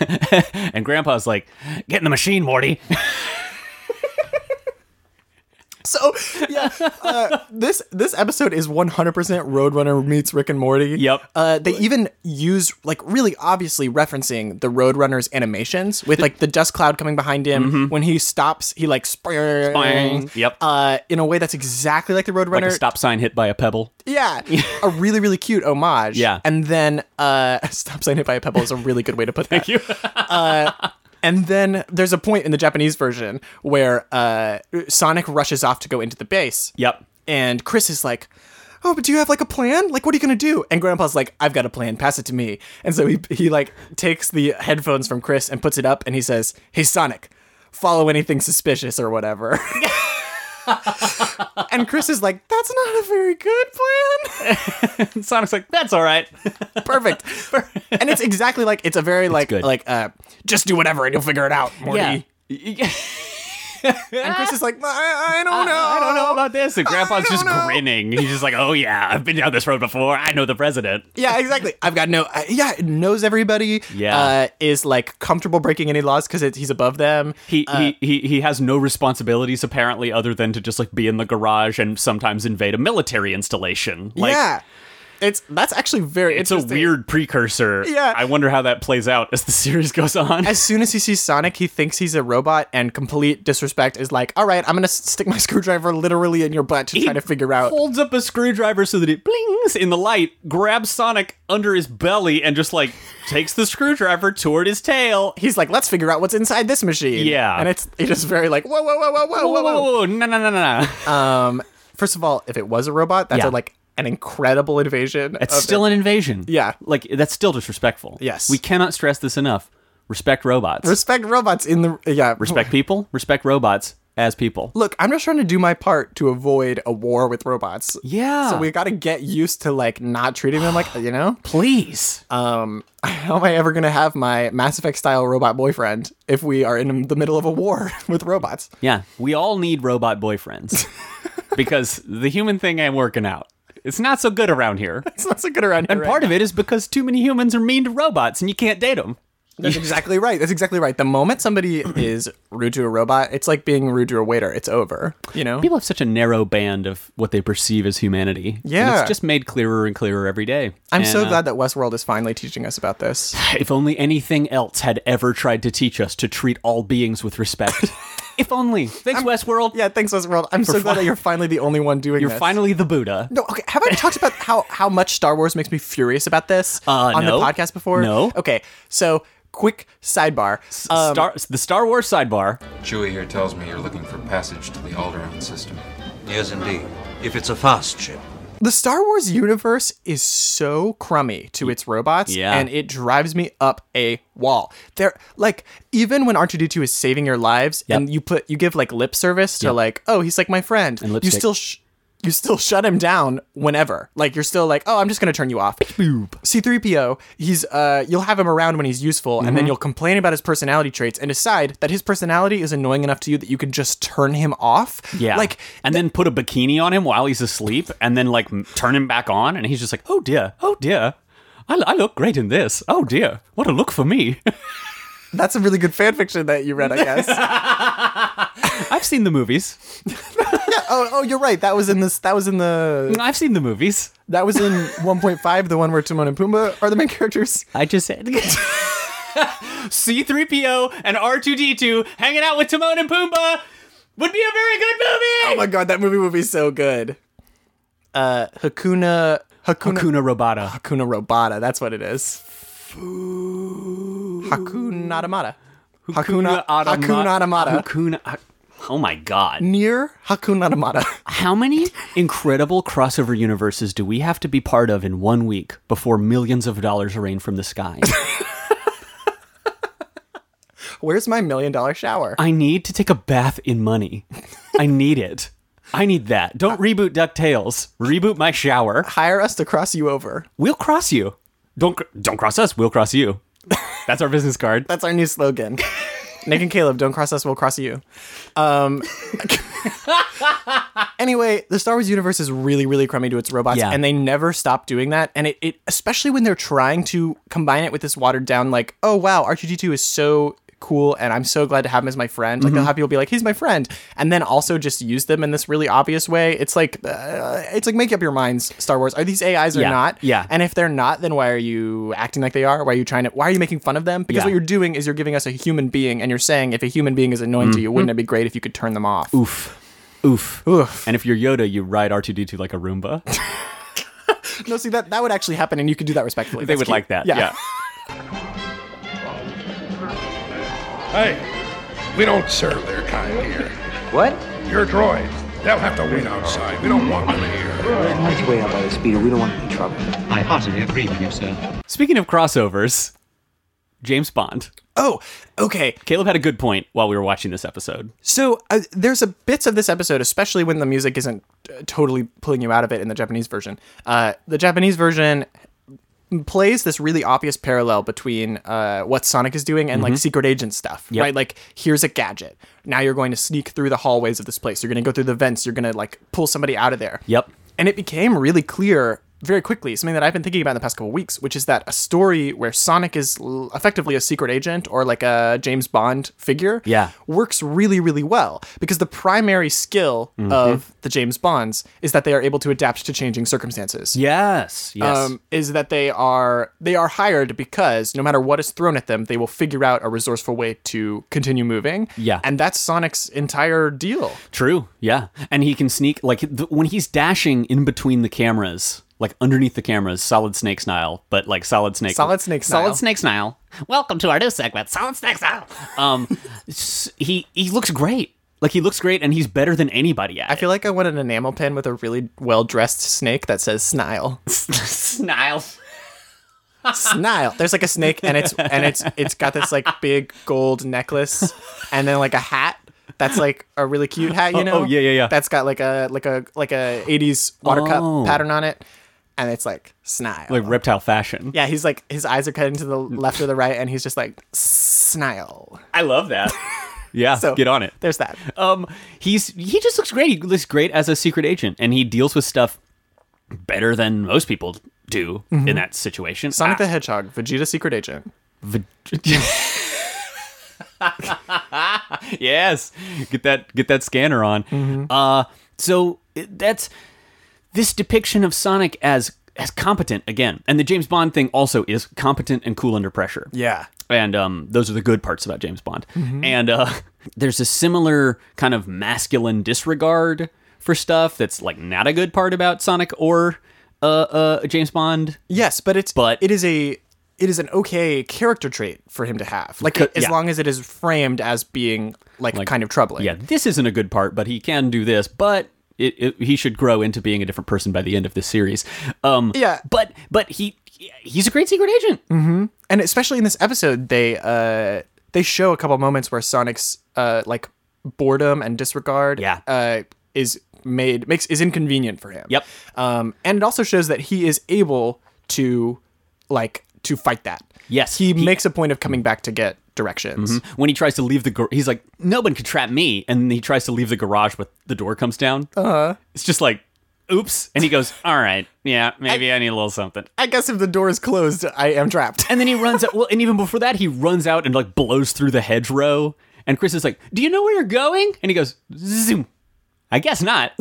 A: running.
B: And Grandpa's like, "Get in the machine, Morty."
A: So yeah, uh, this this episode is 100% Roadrunner meets Rick and Morty.
B: Yep.
A: Uh, they even use like really obviously referencing the Roadrunner's animations with like the dust cloud coming behind him when he stops. He like spring.
B: Mm-hmm. Yep.
A: Uh, in a way that's exactly like the Roadrunner.
B: Like a stop sign hit by a pebble.
A: yeah. a really really cute homage.
B: Yeah.
A: And then uh, stop saying hit by a pebble is a really good way to put that. Uh,
B: You-
A: And then there's a point in the Japanese version where uh, Sonic rushes off to go into the base.
B: yep.
A: And Chris is like, "Oh, but do you have like a plan? Like, what are you gonna do?" And Grandpa's like, "I've got a plan. Pass it to me." And so he he like takes the headphones from Chris and puts it up, and he says, "Hey, Sonic." Follow anything suspicious or whatever. and Chris is like, that's not a very good plan.
B: And Sonic's like, that's all right.
A: Perfect. and it's exactly like it's a very like
B: good.
A: like uh just do whatever and you'll figure it out, Morty.
B: Yeah.
A: And Chris is like, I, I don't know.
B: I don't know about this. And Grandpa's
A: don't
B: just
A: know.
B: grinning. He's just like, oh, yeah, I've been down this road before. I know the president.
A: Yeah, exactly. I've got no. I, yeah, knows everybody.
B: Yeah.
A: uh, is like comfortable breaking any laws because he's above them.
B: He, he, he, he has no responsibilities, apparently, other than to just like be in the garage and sometimes invade a military installation. Like,
A: yeah, it's that's actually very.
B: It's a
A: interesting.
B: weird precursor.
A: Yeah.
B: I wonder how that plays out as the series goes on.
A: As soon as he sees Sonic, he thinks he's a robot, and complete disrespect is like, "All right, I'm gonna s- stick my screwdriver literally in your butt to try to figure out."
B: holds up a screwdriver so that it blings in the light, grabs Sonic under his belly, and just like takes the screwdriver toward his tail.
A: He's like, "Let's figure out what's inside this machine."
B: Yeah.
A: and it's it is very like, "Whoa, whoa, whoa, whoa, whoa, whoa, whoa."
B: Whoa, no, no, no, no, no.
A: Um, first of all, if it was a robot, that's a,
B: Yeah.
A: like an incredible invasion. Uh,
B: It's
A: of
B: still an invasion.
A: Yeah.
B: Like, that's still disrespectful.
A: Yes.
B: We cannot stress this enough. Respect robots.
A: respect robots in the yeah
B: respect people. Respect robots as people.
A: look, I'm just trying to do my part to avoid a war with robots.
B: Yeah.
A: So we got to get used to like not treating them like you know.
B: Please.
A: Um, how am I ever gonna have my Mass Effect style robot boyfriend if we are in the middle of a war with robots?
B: yeah. We all need robot boyfriends because the human thing ain't working out. It's not so good around here.
A: It's not so good around here. right
B: Part of it is because too many humans are mean to robots and you can't date them.
A: That's exactly right. That's exactly right. The moment somebody is rude to a robot, it's like being rude to a waiter. It's over. You know.
B: People have such a narrow band of what they perceive as humanity. And
A: Yeah.
B: it's just made clearer and clearer every day.
A: I'm
B: And,
A: so
B: uh,
A: glad that Westworld is finally teaching us about this.
B: If only anything else had ever tried to teach us to treat all beings with respect. if only. Thanks, Westworld.
A: Yeah, thanks, Westworld. I'm so glad that you're finally the only one doing
B: You're
A: this.
B: finally the Buddha.
A: No, okay. Have I talked about how how much Star Wars makes me furious about this
B: Uh,
A: on
B: no.
A: the podcast before?
B: No.
A: Okay, so quick sidebar. Um,
B: Star, the Star Wars sidebar.
C: Chewie here tells me you're looking for passage to the Alderaan system.
D: Yes, indeed. If it's a fast ship.
A: the Star Wars universe is so crummy to its robots,
B: Yeah.
A: and it drives me up a wall. They're like, even when R two D two is saving your lives,
B: Yep.
A: and you put you give like lip service to like, oh, he's like my friend, and you
B: lipstick.
A: still. Sh- you still shut him down whenever. Like you're still like, oh, I'm just gonna turn you off. C3PO, he's uh you'll have him around when he's useful and
B: Mm-hmm.
A: then you'll complain about his personality traits and decide that his personality is annoying enough to you that you can just turn him off.
B: Yeah.
A: Like
B: and then put a bikini on him while he's asleep and then, like, m- turn him back on. And he's just like, oh dear, oh dear. I, I look great in this. Oh dear. What a look for me.
A: that's a really good fan fiction that you read, I guess.
B: I've seen the movies.
A: oh, oh, you're right. That was in this that was in the
B: I've seen the movies.
A: that was in 1.5, the one where Timon and Pumbaa are the main characters.
B: I just said C3PO and R2D2 hanging out with Timon and Pumbaa would be a very good
A: Oh
B: movie.
A: my god, that movie would be so good. Uh Hakuna Hakuna
B: Kuna Robata.
A: Hakuna Robata. That's what it is. Hakuna Automata. Hakuna Hakuna Automata.
B: Hakuna. Oh my god.
A: Near Hakuna Automata.
B: How many incredible crossover universes do we have to be part of in one week before millions of dollars rain from the sky?
A: Where's my million dollar shower?
B: I need to take a bath in money. I need it. I need that. Don't reboot DuckTales. Reboot my shower.
A: Hire us to cross you over.
B: We'll cross you. Don't cr- don't cross us. We'll cross you. That's our business card.
A: That's our new slogan. Nick and Caleb, don't cross us, we'll cross you. Um, anyway, the Star Wars universe is really, really crummy to its robots,
B: Yeah.
A: and they never stop doing that. And it, it, especially when they're trying to combine it with this watered down, like, oh wow, R2D2 is so cool, and I'm so glad to have him as my friend. Like
B: Mm-hmm.
A: they'll have people be like, he's my friend, and then also just use them in this really obvious way. It's like, uh, it's like make up your minds, Star Wars. Are these AIs or
B: Yeah,
A: not?
B: yeah.
A: And if they're not, then why are you acting like they are? Why are you trying to? Why are you making fun of them? Because
B: Yeah.
A: what you're doing is you're giving us a human being, and you're saying if a human being is annoying to you, wouldn't it be great if you could turn them off?
B: Oof. Oof. And if you're Yoda, you ride R2D2 like a Roomba.
A: No, see that that would actually happen, and you could do that respectfully.
B: they
A: That's
B: would
A: cute.
B: like that. Yeah.
E: Hey, we don't serve their kind here.
F: What?
E: Your droids, they'll have to wait outside. We don't want them here.
F: Let's way out by the speeder. We don't want any trouble.
G: I heartily agree with you, sir.
B: Speaking of crossovers, James Bond.
A: Oh, okay.
B: Caleb had a good point while we were watching this episode.
A: So uh, there's a bits of this episode, especially when the music isn't uh, totally pulling you out of it in the Japanese version. Uh, the Japanese version plays this really obvious parallel between uh, what Sonic is doing and
B: Mm-hmm.
A: like secret agent stuff, right? Like here's a gadget. Now you're going to sneak through the hallways of this place. You're going to go through the vents. You're going to like pull somebody out of there.
B: Yep.
A: And it became really clear very quickly, something that I've been thinking about in the past couple weeks, which is that a story where Sonic is l- effectively a secret agent or like a James Bond figure
B: Yeah.
A: works really, really well because the primary skill of the James Bonds is that they are able to adapt to changing circumstances.
B: Yes. Yes.
A: Um, is that they are they are hired because no matter what is thrown at them, they will figure out a resourceful way to continue moving.
B: Yeah.
A: and that's Sonic's entire deal.
B: True. Yeah. And he can sneak like th- when he's dashing in between the cameras, like underneath the cameras, solid snake style, but like solid snake.
A: Solid Snake style.
B: Solid snake style. Welcome to our new segment, solid snake style. Um, s- he he looks great. Like he looks great, and he's better than anybody at
A: I feel like I want an enamel pin with a really well dressed snake that says "snile."
B: Sniles.
A: Snile. There's like a snake and it's and it's it's got this like big gold necklace and then like a hat that's like a really cute hat, you know?
B: oh, yeah, yeah, yeah.
A: That's got like a like a like a 80s water
B: Oh.
A: cup pattern on it and it's like snile.
B: Like Mm. reptile fashion.
A: yeah, he's like his eyes are cutting to the left or the right and he's just like snile.
B: I love that. yeah.
A: So
B: get on it.
A: There's that.
B: Um, he's he just looks great. He looks great as a secret agent, and he deals with stuff better than most people do in that situation.
A: Mm-hmm. Sonic
B: Ah,
A: the Hedgehog, Vegeta secret agent.
B: v- yes, get that get that scanner on. Uh, so it- that's this depiction of Sonic as as competent again, and the James Bond thing also is competent and cool under pressure.
A: Yeah.
B: and um, those are the good parts about James Bond. And uh, there's a similar kind of masculine disregard for stuff that's like not a good part about Sonic or uh, uh, James Bond.
A: Yes, but it's
B: But-
A: it is a it is an okay character trait for him to have. Like
B: Co-
A: as
B: yeah.
A: long as it is framed as being like, kind of troubling.
B: Yeah, this isn't a good part, but he can do this. But it, it, he should grow into being a different person by the end of this series. Um,
A: Yeah.
B: but but he he's a great secret agent.
A: and especially in this episode they uh they show a couple moments where sonic's uh like boredom and disregard
B: Yeah.
A: uh is made makes is inconvenient for him
B: Yep.
A: um and it also shows that he is able to like to fight that
B: Yes,
A: he,
B: he- Mm-hmm.
A: makes a point of coming back to get directions
B: When he tries to leave the, gar- he's like, no one can trap me, and he tries to leave the garage, but the door comes down. Uh huh. It's just like, oops, and he goes, all right, yeah, maybe I need a little something.
A: i guess if the door is closed i am trapped
B: And then he runs out. Well, and even before that, he runs out and like blows through the hedgerow. And Chris is like, "Do you know where you're going?" And he goes, "Zoom." I guess not.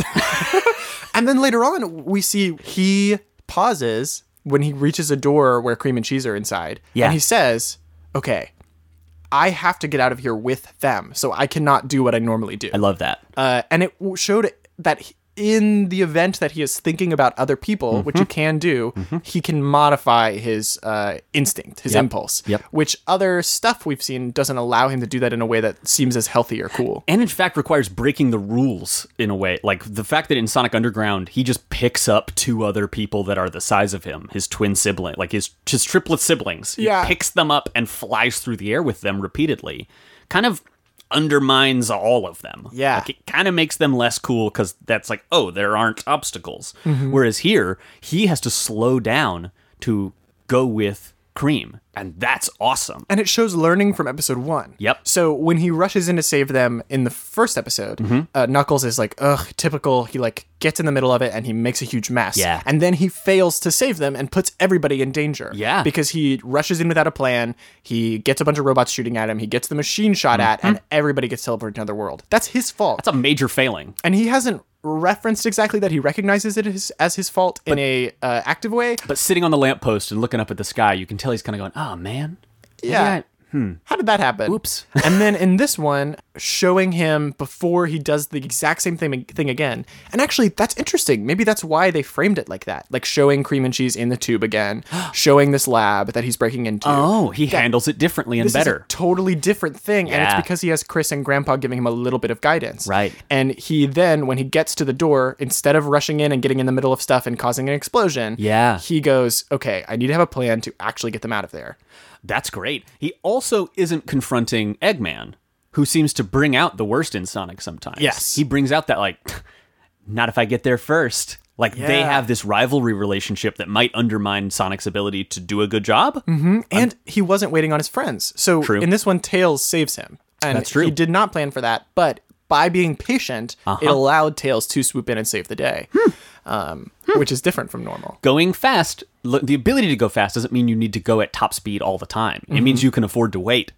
A: And then later on, we see he pauses when he reaches a door where cream and cheese are inside.
B: Yeah.
A: And he says, okay, I have to get out of here with them, so I cannot do what I normally do.
B: I love that.
A: uh, and it w- showed that he- in the event that he is thinking about other people, which you
B: Mm-hmm.
A: can do, he can modify his uh, instinct, his impulse,
B: Yep.
A: which other stuff we've seen doesn't allow him to do that in a way that seems as healthy or cool.
B: and in fact requires breaking the rules in a way like the fact that in sonic underground he just picks up two other people that are the size of him his twin sibling like his his triplet siblings he
A: Yeah.
B: picks them up and flies through the air with them repeatedly kind of undermines all of them
A: Yeah.
B: like it kind of makes them less cool because that's like oh there aren't
A: Mm-hmm.
B: obstacles whereas here he has to slow down to go with cream. And that's awesome.
A: and it shows learning from episode one.
B: Yep.
A: So when he rushes in to save them in the first episode,
B: Mm-hmm.
A: uh, Knuckles is like, ugh, typical. He like gets in the middle of it and he makes a huge mess.
B: Yeah.
A: And then he fails to save them and puts everybody in danger.
B: Yeah.
A: Because he rushes in without a plan. He gets a bunch of robots shooting at him. He gets the machine shot at, and everybody gets teleported to another world. That's his fault.
B: Mm-hmm. That's a major failing.
A: and he hasn't referenced exactly that he recognizes it as, as his fault in a uh, active way.
B: But sitting on the lamppost and looking up at the sky, you can tell he's kind of going, oh, man.
A: Yeah. How did that happen?
B: Hmm. Oops.
A: and then in this one, showing him before he does the exact same thing thing again. And actually, that's interesting. Maybe that's why they framed it like that. Like showing cream and cheese in the tube again, showing this lab that he's breaking into.
B: Oh, he handles it differently and
A: This is a
B: better.
A: totally different thing. And
B: Yeah.
A: it's because he has Chris and Grandpa giving him a little bit of guidance.
B: Right.
A: And he then, when he gets to the door, instead of rushing in and getting in the middle of stuff and causing an explosion,
B: Yeah.
A: he goes, okay, I need to have a plan to actually get them out of there.
B: That's great. He also isn't confronting Eggman, who seems to bring out the worst in Sonic sometimes.
A: Yes.
B: He brings out that, like, not if I get there first. Like, they
A: Yeah.
B: have this rivalry relationship that might undermine Sonic's ability to do a good job.
A: Mm-hmm. And he wasn't waiting on his friends. So
B: True.
A: in this one, Tails saves him. And
B: That's true.
A: He did not plan for that, but by being patient,
B: Uh-huh.
A: it allowed Tails to swoop in and save the day,
B: Hmm.
A: um, which is different from normal.
B: Going fast, l- the ability to go fast doesn't mean you need to go at top speed all the time. It
A: Mm-hmm.
B: means you can afford to wait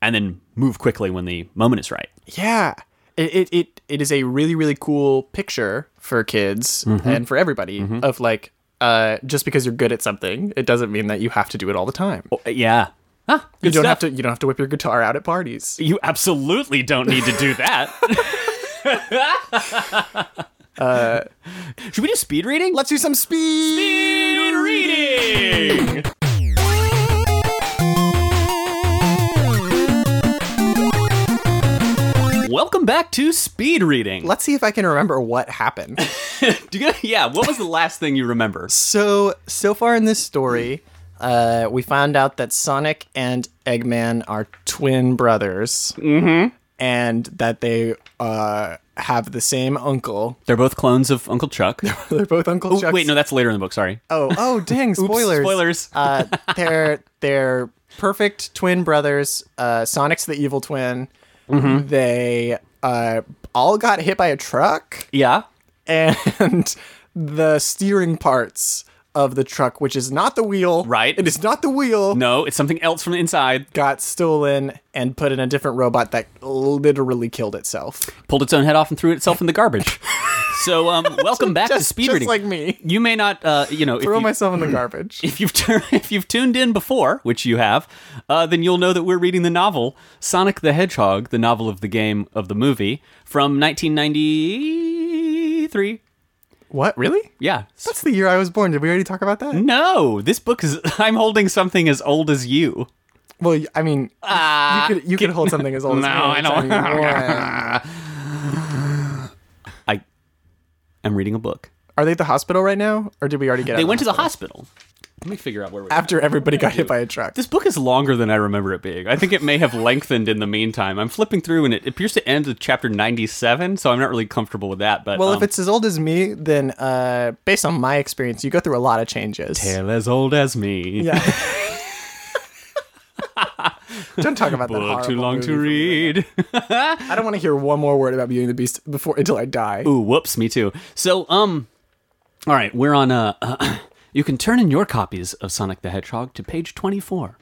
B: and then move quickly when the moment is right.
A: Yeah. It, it, it, it is a really, really cool picture for kids
B: Mm-hmm.
A: and for everybody of like, uh, just because you're good at something, it doesn't mean that you have to do it all the time.
B: Uh, Yeah. Ah, good
A: you don't
B: stuff.
A: have to. You don't have to whip your guitar out at parties.
B: You absolutely don't need to do that. Uh, Should we do speed reading?
A: Let's do some speed.
B: speed reading. Welcome back to speed reading.
A: Let's see if I can remember what happened.
B: Do you- yeah, what was the last thing you remember?
A: So so far in this story, uh, we found out that Sonic and Eggman are twin brothers, mm-hmm. and that they uh, have the same uncle.
B: They're both clones of Uncle Chuck.
A: They're both Uncle Chuck's.
B: Wait, no, that's later in the book. Sorry.
A: Oh, oh, dang! Spoilers.
B: spoilers.
A: uh, they're they're perfect twin brothers. Uh, Sonic's the evil twin.
B: Mm-hmm.
A: They uh, all got hit by a truck.
B: Yeah.
A: and the steering parts of the truck, which is not the wheel.
B: Right.
A: It is not the wheel.
B: No, it's something else from the inside.
A: Got stolen and put in a different robot that literally killed itself.
B: pulled its own head off and threw itself in the garbage. so, um, welcome back to
A: Just-
B: speed
A: just
B: reading.
A: like me.
B: you may not, uh, you know, if
A: Throw
B: you,
A: myself in the garbage.
B: if you've tur- if you've tuned in before, which you have, uh, then you'll know that we're reading the novel Sonic the Hedgehog, the novel of the game of the movie from 1993.
A: What? Really?
B: Yeah.
A: That's the year I was born. Did we already talk about
B: Hmm?
A: that?
B: No, this book is. I'm holding something as old as you.
A: Well, y- I mean, you could you could hold something as old as
B: Uh, No,
A: me.
B: I don't-
A: don't.
B: I am reading a book.
A: Are they at the hospital right now, or did we already get?
B: They
A: out
B: went to
A: of
B: the hospital. Let me figure out where we're.
A: Uh-huh. after everybody got hit by a truck.
B: This book is longer than I remember it being. I think it may have lengthened in the meantime. I'm flipping through and it appears to end at chapter 97, so I'm not really comfortable with that. But
A: well, if
B: um,
A: it's as old as me, then uh, based on my experience, you go through a lot of changes.
B: tale as old as me,
A: Yeah. Don't talk about that.
B: book too
A: horrible
B: long to
A: movie.
B: read.
A: I don't want to hear one more word about Beauty and the Beast before until I die.
B: Ooh, whoops, me too. So, um, all right, we're on uh, you can turn in your copies of Sonic the Hedgehog to page 24,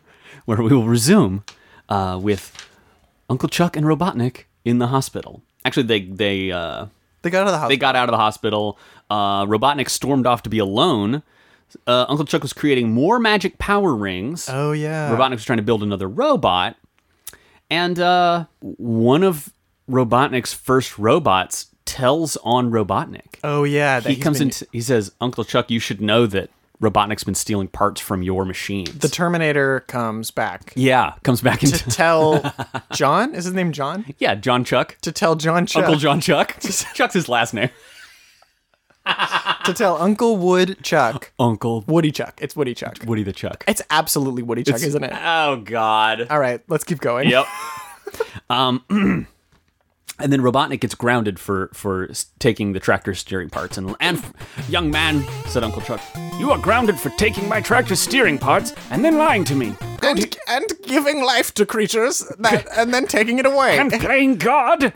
B: where we will resume uh, with Uncle Chuck and Robotnik in the hospital. Actually, they they uh,
A: They got out of the house.
B: They got out of the hospital. Uh, Robotnik stormed off to be alone. Uh, Uncle Chuck was creating more magic power rings.
A: oh yeah.
B: Robotnik was trying to build another robot. And uh, one of Robotnik's first robots tells on Robotnik.
A: oh yeah. that
B: he
A: he's
B: comes
A: been-
B: in, t- he says, Uncle Chuck, you should know that Robotnik's been stealing parts from your machines.
A: The Terminator comes back
B: yeah, comes back
A: to
B: into.
A: tell John. Is his name John?
B: yeah, John Chuck.
A: To tell John Chuck.
B: Uncle John Chuck. Chuck's his last name.
A: To tell Uncle Wood Chuck.
B: Uncle
A: Woody Chuck. It's Woody Chuck.
B: Woody the Chuck.
A: It's absolutely Woody Chuck, isn't it?
B: Oh, God.
A: All right, let's keep going.
B: Yep. um, And then Robotnik gets grounded for for s- taking the tractor's steering parts. And and young man said Uncle Chuck, you are grounded for taking my tractor's steering parts and then lying to me
A: and, and giving life to creatures that, and then taking it away.
B: and playing God.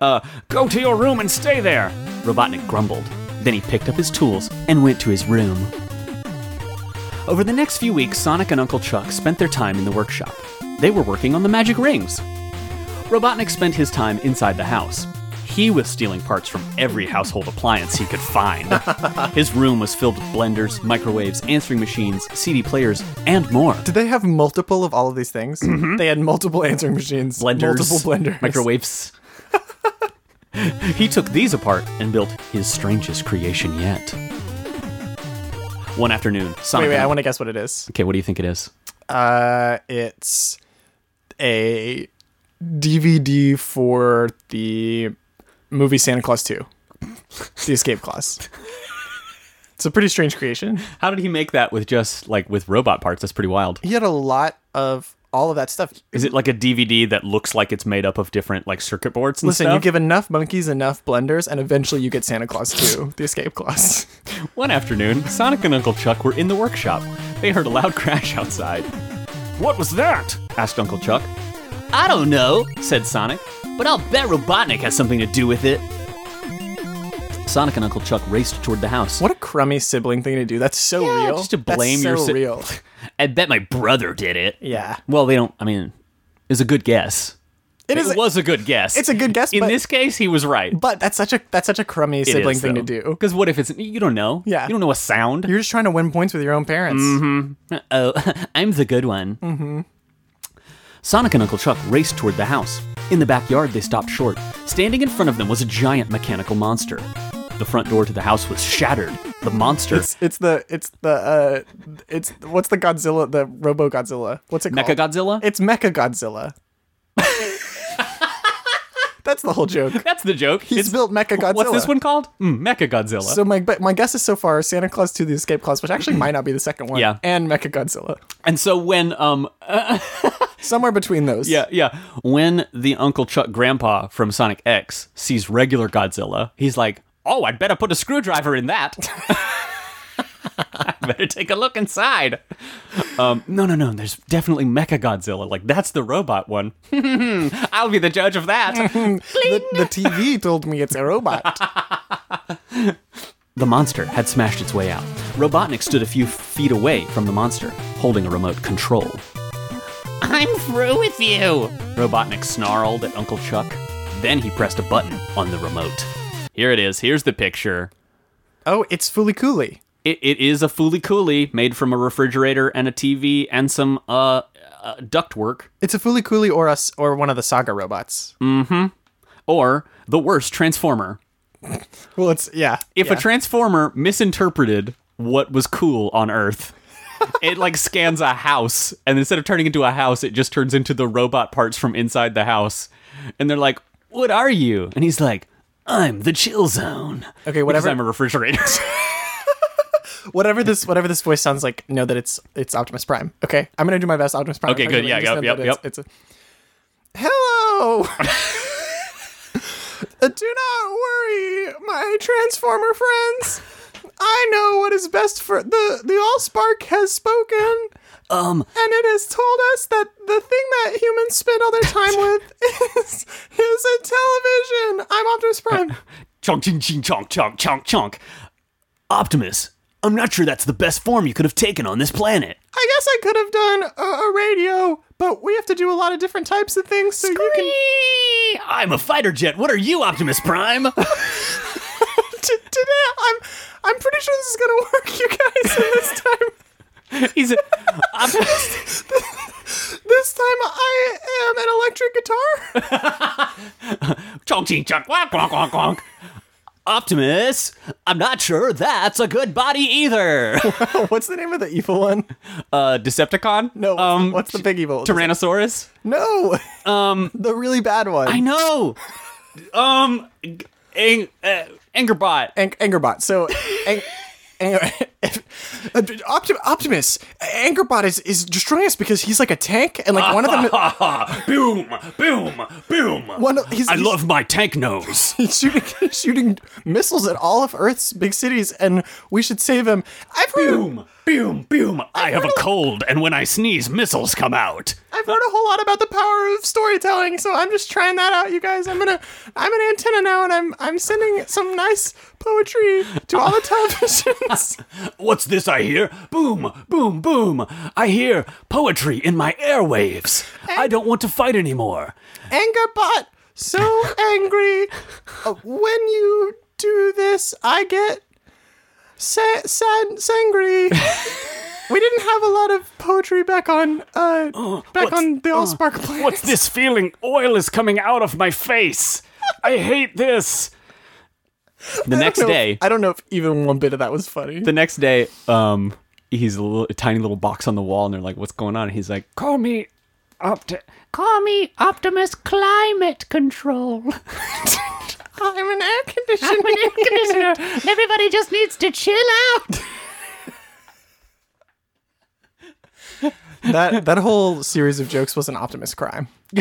B: uh, go to your room and stay there. Robotnik grumbled. Then he picked up his tools and went to his room. Over the next few weeks, Sonic and Uncle Chuck spent their time in the workshop. They were working on the magic rings. Robotnik spent his time inside the house. He was stealing parts from every household appliance he could find. his room was filled with blenders, microwaves, answering machines, CD players, and more.
A: Did they have multiple of all of these things? They had multiple answering machines,
B: Mm-hmm. blenders,
A: multiple blenders,
B: microwaves. he took these apart and built his strangest creation yet. One afternoon, Sonic.
A: Wait, wait, I want to guess what it is.
B: Okay, what do you think it is?
A: Uh, it's a DVD for the movie Santa Claus 2, The Escape Clause. It's a pretty strange creation.
B: How did he make that with just like with robot parts? That's pretty wild.
A: He had a lot of all of that stuff.
B: Is it like a DVD that looks like it's made up of different like circuit boards and
A: Listen,
B: stuff?
A: you give enough monkeys enough blenders, and eventually you get Santa Claus 2, The Escape Clause.
B: One afternoon, Sonic and Uncle Chuck were in the workshop. They heard a loud crash outside. What was that? asked Uncle Chuck. I don't know, said Sonic, but I'll bet Robotnik has something to do with it. Sonic and Uncle Chuck raced toward the house.
A: What a crummy sibling thing to do. That's so
B: Yeah,
A: real.
B: just to
A: That's
B: blame your
A: so
B: si-
A: real.
B: I bet my brother did it.
A: Yeah.
B: Well, they don't. I mean, it's a good guess.
A: It
B: It,
A: is
B: was a good guess.
A: it's a good guess,
B: In
A: but-
B: this case, he was right.
A: But that's such a that's such a crummy sibling thing to do.
B: Because what if it's you don't know?
A: Yeah.
B: You don't know a sound.
A: You're just trying to win points with your own parents.
B: Oh, I'm the good one. Mm-hmm. Sonic and Uncle Chuck raced toward the house. In the backyard, they stopped short. Standing in front of them was a giant mechanical monster. The front door to the house was shattered. The monster,
A: It's it's the it's the uh it's what's the Godzilla the Robo Godzilla? What's it called?
B: Mecha Godzilla.
A: It's Mecha Godzilla. that's the whole joke.
B: That's the joke.
A: He's built Mecha Godzilla.
B: What's this one called? Mm, Mecha Godzilla.
A: So my but my guess is so far Santa Claus to the Escape Clause, which actually might not be the second one.
B: Yeah.
A: And Mecha Godzilla.
B: and so when um
A: Somewhere between those.
B: yeah yeah when the Uncle Chuck grandpa from Sonic X sees regular Godzilla, he's like, oh, I'd better put a screwdriver in that. better take a look inside. Um, no, no, no. There's definitely Mecha Godzilla. Like that's the robot one. I'll be the judge of that.
A: The, the TV told me it's a robot.
B: the monster had smashed its way out. Robotnik stood a few feet away from the monster, holding a remote control. I'm through with you. Robotnik snarled at Uncle Chuck. Then he pressed a button on the remote. Here it is. Here's the picture.
A: oh, it's Fooly Cooley.
B: It, it is a Fooly Cooly made from a refrigerator and a TV and some uh, uh ductwork.
A: It's a Fooly Cooley or us or one of the Saga robots.
B: or the worst transformer
A: Well, it's yeah.
B: if
A: yeah.
B: a transformer misinterpreted what was cool on earth it like scans a house and instead of turning into a house it just turns into the robot parts from inside the house and they're like what are you and he's like i'm the chill zone
A: okay,
B: because
A: whatever
B: i'm a refrigerator
A: whatever this whatever this voice sounds like, know that it's it's Optimus Prime. Okay, I'm gonna do my best Optimus Prime.
B: Okay,
A: impression, but
B: good. Yeah,
A: just
B: yep,
A: know
B: yep,
A: that
B: yep.
A: It's, it's a, hello. Uh, do not worry, my Transformer friends. I know what is best for the the Allspark has spoken. Um, and it has told us that the thing that humans spend all their time with is is a television. I'm Optimus Prime.
B: chonk ching ching chonk chonk chonk chonk optimus i'm not sure that's the best form you could have taken on this planet
A: I guess I could have done a, a radio, but we have to do a lot of different types of things, so you can.
B: i'm a fighter jet what are you optimus prime
A: T- today, I'm I'm pretty sure this is gonna work, you guys. And this time,
B: he's a, Optimus-
A: this time I am an electric guitar.
B: Chonk ching chonk quack quack quack quack. Optimus, I'm not sure that's a good body either.
A: What's the name of the evil one?
B: Uh, Decepticon?
A: No, what's,
H: Um,
B: Um,
A: the, what's the big evil?
B: Tyrannosaurus?
A: no, um, the really bad one.
B: I know. um, ang- uh, Angerbot.
A: Ang- Angerbot. So, ang- anyway, if, Optim- Optimus, Angerbot is, is destroying us because he's like a tank, and like one of them,
H: boom, boom, boom.
A: One of- he's-
H: I
A: he's-
H: love my tank nose.
A: he's shooting he's shooting missiles at all of Earth's big cities, and we should save him. I've heard
H: boom, boom, boom. I have a cold, and when I sneeze, missiles come out.
A: I've heard a whole lot about the power of storytelling, so I'm just trying that out, you guys. I'm gonna I'm an antenna now, and I'm I'm sending some nice poetry to all the televisions.
H: What's this I hear? Boom, boom, boom. I hear poetry in my airwaves. I don't want to fight anymore.
A: Angerbot, so angry. Uh, when you do this, I get sad, sad, sangry. We didn't have a lot of poetry back on uh, back
H: what's- uh,
A: on the Allspark planet.
H: What's this feeling? Oil is coming out of my face. I hate this. The next
A: I don't know
H: day,
A: if- I don't know if even one bit of that was funny.
H: the next day, um, he's a, little, a tiny little box on the wall, and they're like, "What's going on?" And he's like, "Call me." Opti- call me Optimus Climate Control.
A: I'm an air conditioner.
H: Everybody just needs to chill out.
A: that that whole series of jokes was an Optimus crime.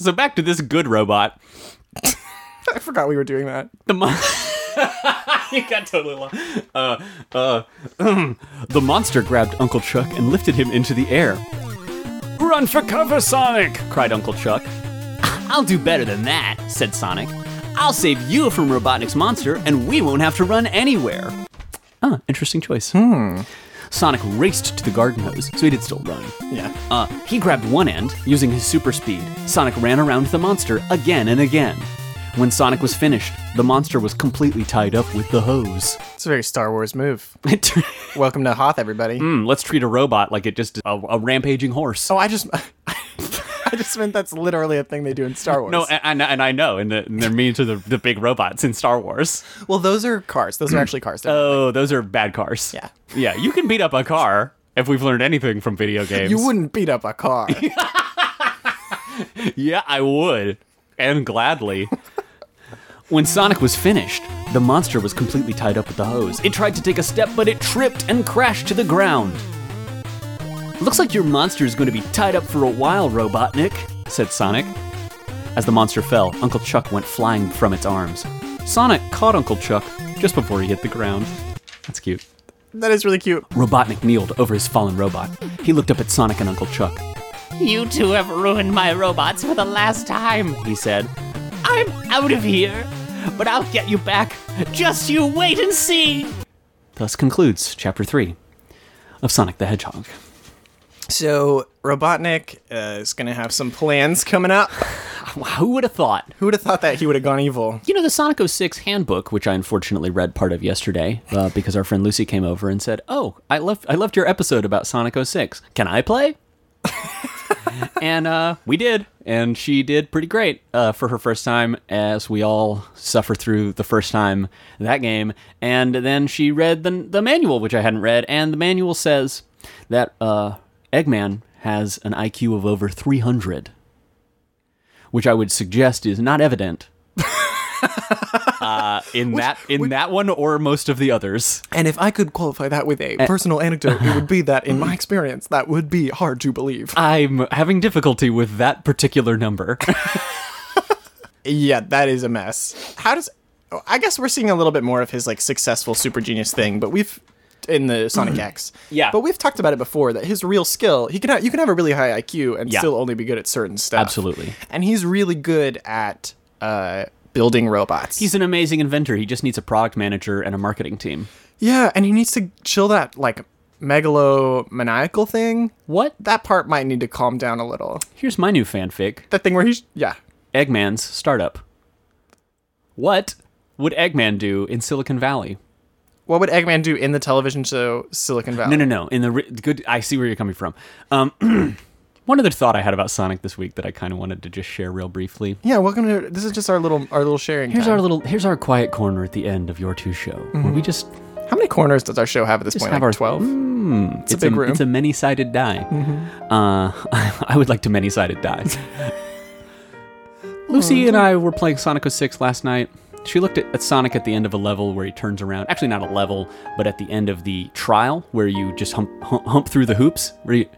H: So back to this good robot.
A: I forgot we were doing that.
H: The mon- you got totally lost. Uh, uh, the monster grabbed Uncle Chuck and lifted him into the air. Run for cover, Sonic! cried Uncle Chuck. I'll do better than that, said Sonic. I'll save you from Robotnik's monster, and we won't have to run anywhere. Ah, interesting choice. Hmm. Sonic raced to the garden hose, so he did still run.
A: Yeah.
H: Uh, he grabbed one end, using his super speed. Sonic ran around the monster again and again. When Sonic was finished, the monster was completely tied up with the hose.
A: It's a very Star Wars move. Welcome to Hoth, everybody.
H: Hmm, Let's treat a robot like it just a, a rampaging horse.
A: Oh, I just I just meant that's literally a thing they do in Star Wars.
H: no, and, and, and I know, and, the, and they're mean to the, the big robots in Star Wars.
A: well, those are cars. Those are actually cars.
H: Oh, those are bad cars.
A: Yeah.
H: yeah. You can beat up a car. If we've learned anything from video games,
A: you wouldn't beat up a car.
H: Yeah, I would. And gladly. when Sonic was finished, the monster was completely tied up with the hose. It tried to take a step, but it tripped and crashed to the ground. Looks like your monster is going to be tied up for a while, Robotnik, said Sonic. As the monster fell, Uncle Chuck went flying from its arms. Sonic caught Uncle Chuck just before he hit the ground. That's cute.
A: that is really cute.
H: Robotnik kneeled over his fallen robot. He looked up at Sonic and Uncle Chuck. You two have ruined my robots for the last time, he said. I'm out of here, but I'll get you back. Just you wait and see. Thus concludes Chapter 3 of Sonic the Hedgehog.
A: So Robotnik uh, is gonna have some plans coming up.
H: Who would have thought?
A: Who would have thought that he would have gone evil?
H: You know, the Sonic 06 handbook, which I unfortunately read part of yesterday uh, because our friend Lucy came over and said, Oh, I loved, I loved your episode about Sonic 06. Can I play? and uh, we did. And she did pretty great uh, for her first time, as we all suffer through the first time that game. And then she read the, the manual, which I hadn't read. And the manual says that uh, Eggman has an IQ of over 300, which I would suggest is not evident. uh, in that in that one or most of the others.
A: And if I could qualify that with a personal anecdote, it would be that in my experience, that would be hard to believe.
H: I'm having difficulty with that particular number.
A: Yeah, that is a mess. How does? oh, I guess we're seeing a little bit more of his like successful super genius thing, but we've in the Sonic X.
H: Yeah.
A: but we've talked about it before that his real skill he can ha- you can have a really high IQ and
H: Yeah.
A: still only be good at certain stuff.
H: Absolutely.
A: and he's really good at uh, building robots.
H: He's an amazing inventor. He just needs a product manager and a marketing team.
A: yeah, and he needs to chill that like megalomaniacal thing.
H: What?
A: That part might need to calm down a little.
H: Here's my new fanfic.
A: That thing where he's yeah.
H: Eggman's startup. What would Eggman do in Silicon Valley?
A: What would Eggman do in the television show Silicon Valley?
H: No, no, no. In the ri- good, I see where you're coming from. Um, One other thought I had about Sonic this week that I kind of wanted to just share real briefly. Uh,
A: Yeah, welcome to this is just our little our little sharing.
H: Here's
A: time.
H: our little here's our quiet corner at the end of your two show where we just
A: How many corners does our show have at this
H: just
A: point?
H: have
A: like
H: our
A: 12?
H: Mm, it's,
A: big room. Mm-hmm.
H: It's a many-sided die. Uh, I would like to many-sided die. Lucy and I were playing Sonic 06 last night. She looked at, at Sonic at the end of a level where he turns around. Actually, not a level, but at the end of the trial where you just hump hump, hump through the hoops, where you,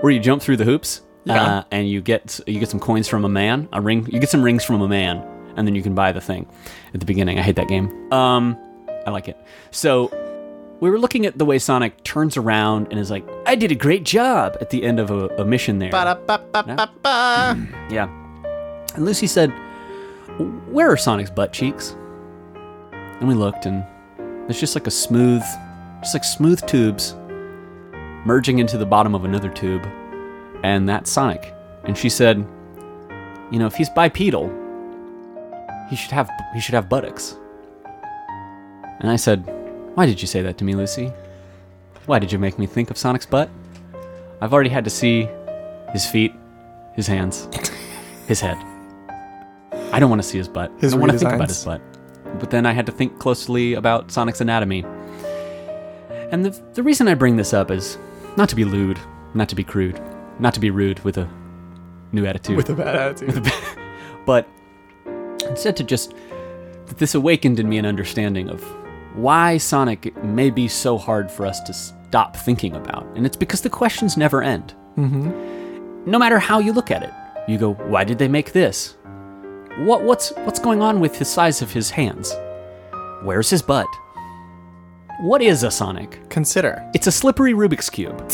H: where you jump through the hoops,
A: Yeah.
H: uh, and you get you get some coins from a man, a ring. You get some rings from a man, and then you can buy the thing. At the beginning, I hate that game. Um, I like it. So we were looking at the way Sonic turns around and is like, "I did a great job" at the end of a, a mission there.
A: Ba-da-ba-ba-ba-ba.
H: Yeah. And Lucy said, Where are Sonic's butt cheeks? And we looked, and there's just like a smooth, just like smooth tubes merging into the bottom of another tube. And that's Sonic. And she said, You know, if he's bipedal, he should have he should have buttocks. And I said, Why did you say that to me, Lucy? Why did you make me think of Sonic's butt? I've already had to see his feet, his hands, his head. I don't want to see his butt.
A: His
H: I want to think about
A: redesigns.
H: his butt. But then I had to think closely about Sonic's anatomy. And the, the reason I bring this up is not to be lewd, not to be crude, not to be rude with a new attitude
A: With a bad attitude.
H: but instead to just that this awakened in me an understanding of why Sonic may be so hard for us to stop thinking about, and it's because the questions never end. Mm-hmm. No matter how you look at it, you go, "Why did they make this? What what's what's going on with the size of his hands? Where's his butt? What is a Sonic?"
A: Consider.
H: It's a slippery Rubik's Cube.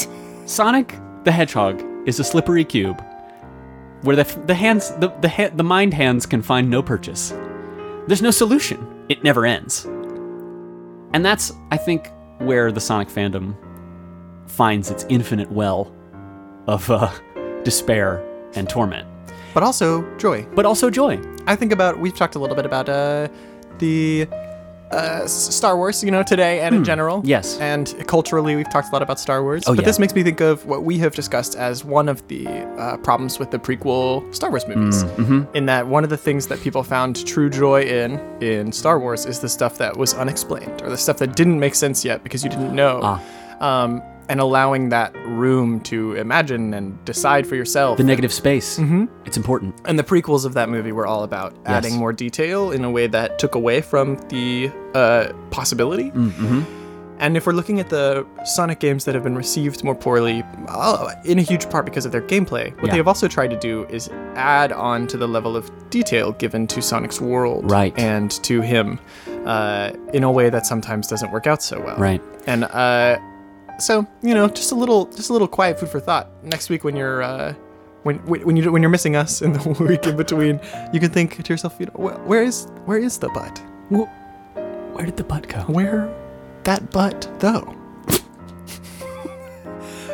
H: Sonic the Hedgehog is a slippery cube where the, the hands, the, the, ha- the mind hands can find no purchase. There's no solution. It never ends. And that's, I think, where the Sonic fandom finds its infinite well of uh, despair and torment,
A: But also joy.
H: but also joy.
A: I think about we've talked a little bit about uh, the uh, S- Star Wars, you know, today and in general.
H: Hmm. yes.
A: And culturally, we've talked a lot about Star Wars.
H: Oh,
A: but
H: yeah.
A: this makes me think of what we have discussed as one of the uh, problems with the prequel Star Wars movies.
H: Mm, mm-hmm.
A: In that one of the things that people found true joy in in Star Wars is the stuff that was unexplained or the stuff that didn't make sense yet because you didn't know.
H: Ah.
A: Um, and allowing that room to imagine and decide for yourself
H: The negative space. Mm-hmm. It's important.
A: and the prequels of that movie were all about adding more detail in a way that took away from the uh, possibility.
H: Mm,
A: Mm-hmm. And if we're looking at the Sonic games that have been received more poorly, uh, in a huge part because of their gameplay, what
H: Yeah.
A: they have also tried to do is add on to the level of detail given to Sonic's world
H: Right.
A: and to him uh, in a way that sometimes doesn't work out so well.
H: Right.
A: And uh, so you know, just a little, just a little quiet food for thought. Next week, when you're, uh, when when when you when you're missing us in the week in between, you can think to yourself, you know, "Wh- where is where is the butt?
H: Wh- Where did the butt go?
A: Where that butt though?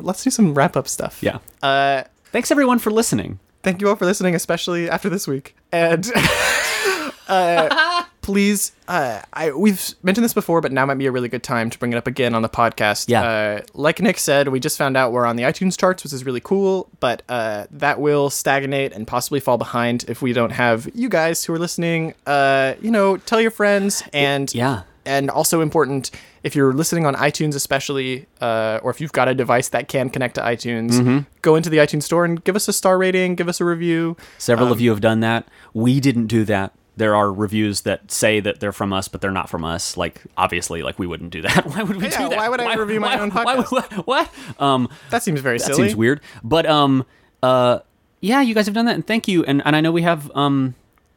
A: Let's do some wrap up stuff.
H: Yeah.
A: Uh,
H: Thanks everyone for listening.
A: thank you all for listening, especially after this week. And uh, please, uh, I we've mentioned this before, but now might be a really good time to bring it up again on the podcast.
H: Yeah.
A: Uh, like Nick said, we just found out we're on the iTunes charts, which is really cool, but uh, that will stagnate and possibly fall behind if we don't have you guys who are listening. Uh, you know, tell your friends and
H: Yeah.
A: and also important if you're listening on iTunes, especially, uh, or if you've got a device that can connect to iTunes,
H: Mm-hmm.
A: go into the iTunes store and give us a star rating, give us a review.
H: Several
A: Um,
H: of you have done that. We didn't do that. There are reviews that say that they're from us, but they're not from us. Like obviously, like we wouldn't do that. Why would we
A: Yeah,
H: do that?
A: why would I review my own
H: why-
A: podcast?
H: what? what? Um,
A: That seems very
H: that
A: silly.
H: seems weird. But um, uh, yeah, you guys have done that, and thank you. And and I know we have um,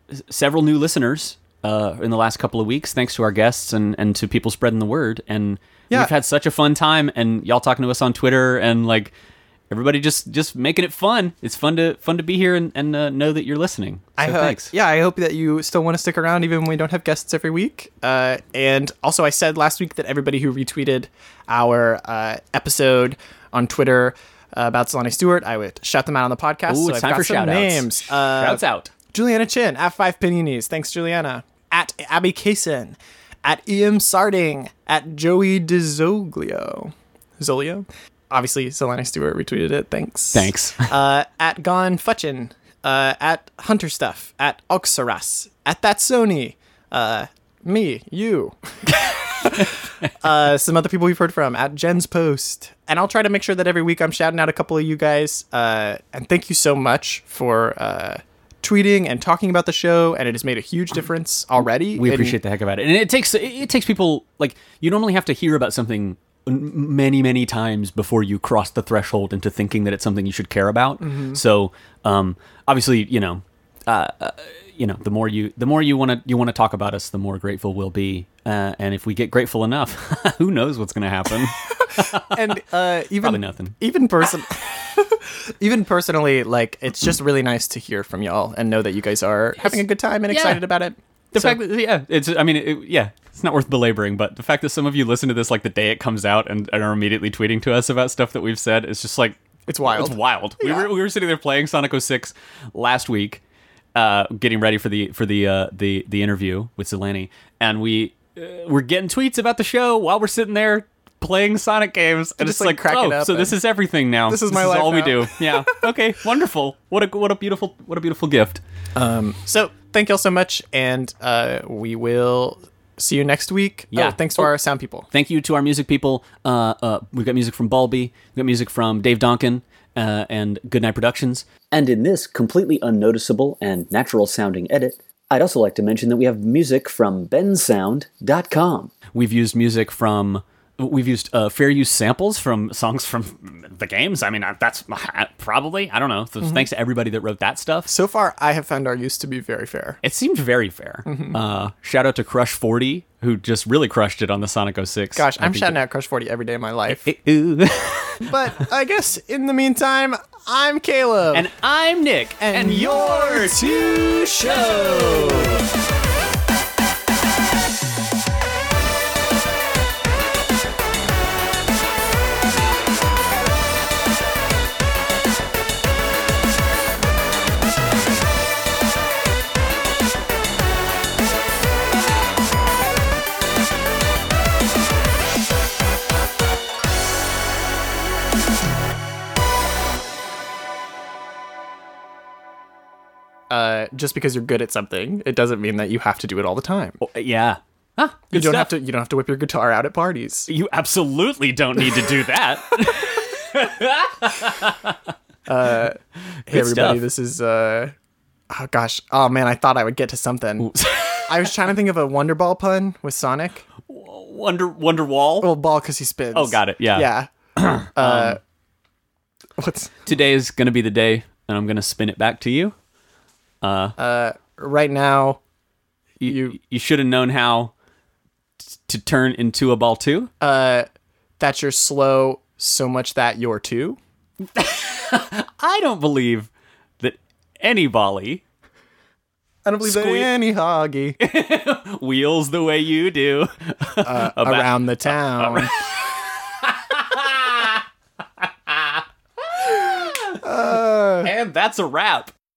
H: s- several new listeners uh in the last couple of weeks, thanks to our guests and and to people spreading the word. And
A: Yeah.
H: we've had such a fun time, and y'all talking to us on Twitter and like. Everybody just just making it fun. It's fun to fun to be here and, and uh, know that you're listening. So
A: I hope,
H: thanks.
A: yeah, I hope that you still want to stick around even when we don't have guests every week. Uh, and also, I said last week that everybody who retweeted our uh, episode on Twitter uh, about Solani Stewart, I would shout them out on the podcast.
H: Ooh,
A: so
H: it's
A: I've
H: time
A: got
H: for
A: some
H: shout outs.
A: names. Uh,
H: Shouts out.
A: Juliana Chin at Five Pinionies. Thanks, Juliana. At Abby Kaysen. E At Em Sarding. At Joey DeZoglio. Zolio. obviously Solana Stewart retweeted it. Thanks.
H: Thanks.
A: uh, at Gon Futchin, uh, at Hunter Stuff, at Oxaras, at That Sony, uh, me, you, uh, some other people we've heard from, at Jen's Post. And I'll try to make sure that every week I'm shouting out a couple of you guys. Uh, and thank you so much for uh, tweeting and talking about the show. And it has made a huge difference already.
H: we
A: And-
H: appreciate the heck about it and it takes it, it takes people like you normally have to hear about something n- many many times before you cross the threshold into thinking that it's something you should care about so um obviously you know uh, uh you know the more you the more you want to you want to talk about us the more grateful we'll be uh, and if we get grateful enough who knows what's going to happen
A: and uh, even
H: Probably nothing.
A: Even person, even personally, like it's just really nice to hear from y'all and know that you guys are having a good time and
H: Yeah.
A: excited about it.
H: the
A: So-
H: fact that yeah it's i mean it, yeah it's not worth belaboring but the fact that some of you listen to this like the day it comes out and, and are immediately tweeting to us about stuff that we've said is just like
A: It's wild.
H: it's wild we, were, we were sitting there playing sonic 06 last week uh, getting ready for the for the uh, the the interview with Zelani, and we uh, we're getting tweets about the show while we're sitting there playing Sonic games, and
A: Just,
H: it's
A: like,
H: like,
A: crack it
H: oh,
A: up
H: so this
A: and-
H: is everything now.
A: This is my life
H: all we
A: now.
H: do. Yeah. okay. Wonderful. What a what a beautiful what a beautiful gift.
A: So thank y'all so much, and uh, we will see you next week.
H: Yeah.
A: Oh, thanks to
H: Oh.
A: our sound people.
H: thank you to our music people. Uh, uh, we've got music from Balby, we've got music from Dave Donkin uh, and Goodnight Productions.
I: And in this completely unnoticeable and natural sounding edit, I'd also like to mention that we have music from bensound.com.
H: We've used music from we've used uh, fair use samples from songs from the games. I mean, I- that's probably I don't know. So Thanks to everybody that wrote that stuff.
A: So far, I have found our use to be very fair.
H: It seemed very fair. Uh, shout out to Crush Forty, who just really crushed it on the Sonic 06.
A: Gosh,
H: I
A: I'm
H: think
A: shouting out Crush 40 every day of my life.
H: it- Ooh.
A: but I guess in the meantime, I'm Caleb.
H: and I'm Nick, and, you're
A: two shows. uh, just because you're good at something, it doesn't mean that you have to do it all the time.
H: yeah. Huh, good
A: you don't
H: stuff.
A: have to. You don't have to whip your guitar out at parties.
H: You absolutely don't need to do that.
A: Hey, everybody,
H: stuff.
A: this is. Uh, oh gosh. Oh man, I thought I would get to something. I was trying to think of a Wonder Ball pun with Sonic.
H: Wonder Wonderwall.
A: Well, ball because he spins.
H: Oh, got it, yeah. Um,
A: Yeah. uh, what's
H: Today is gonna be the day, and I'm gonna spin it back to you.
A: right now?
H: You you, should have known how t- to turn into a ball too.
A: That you're slow so much that you're too.
H: I don't believe that any volley
A: I don't believe that
H: Squeak.
A: any hoggy
H: wheels the way you do.
A: around the town.
H: and that's a wrap.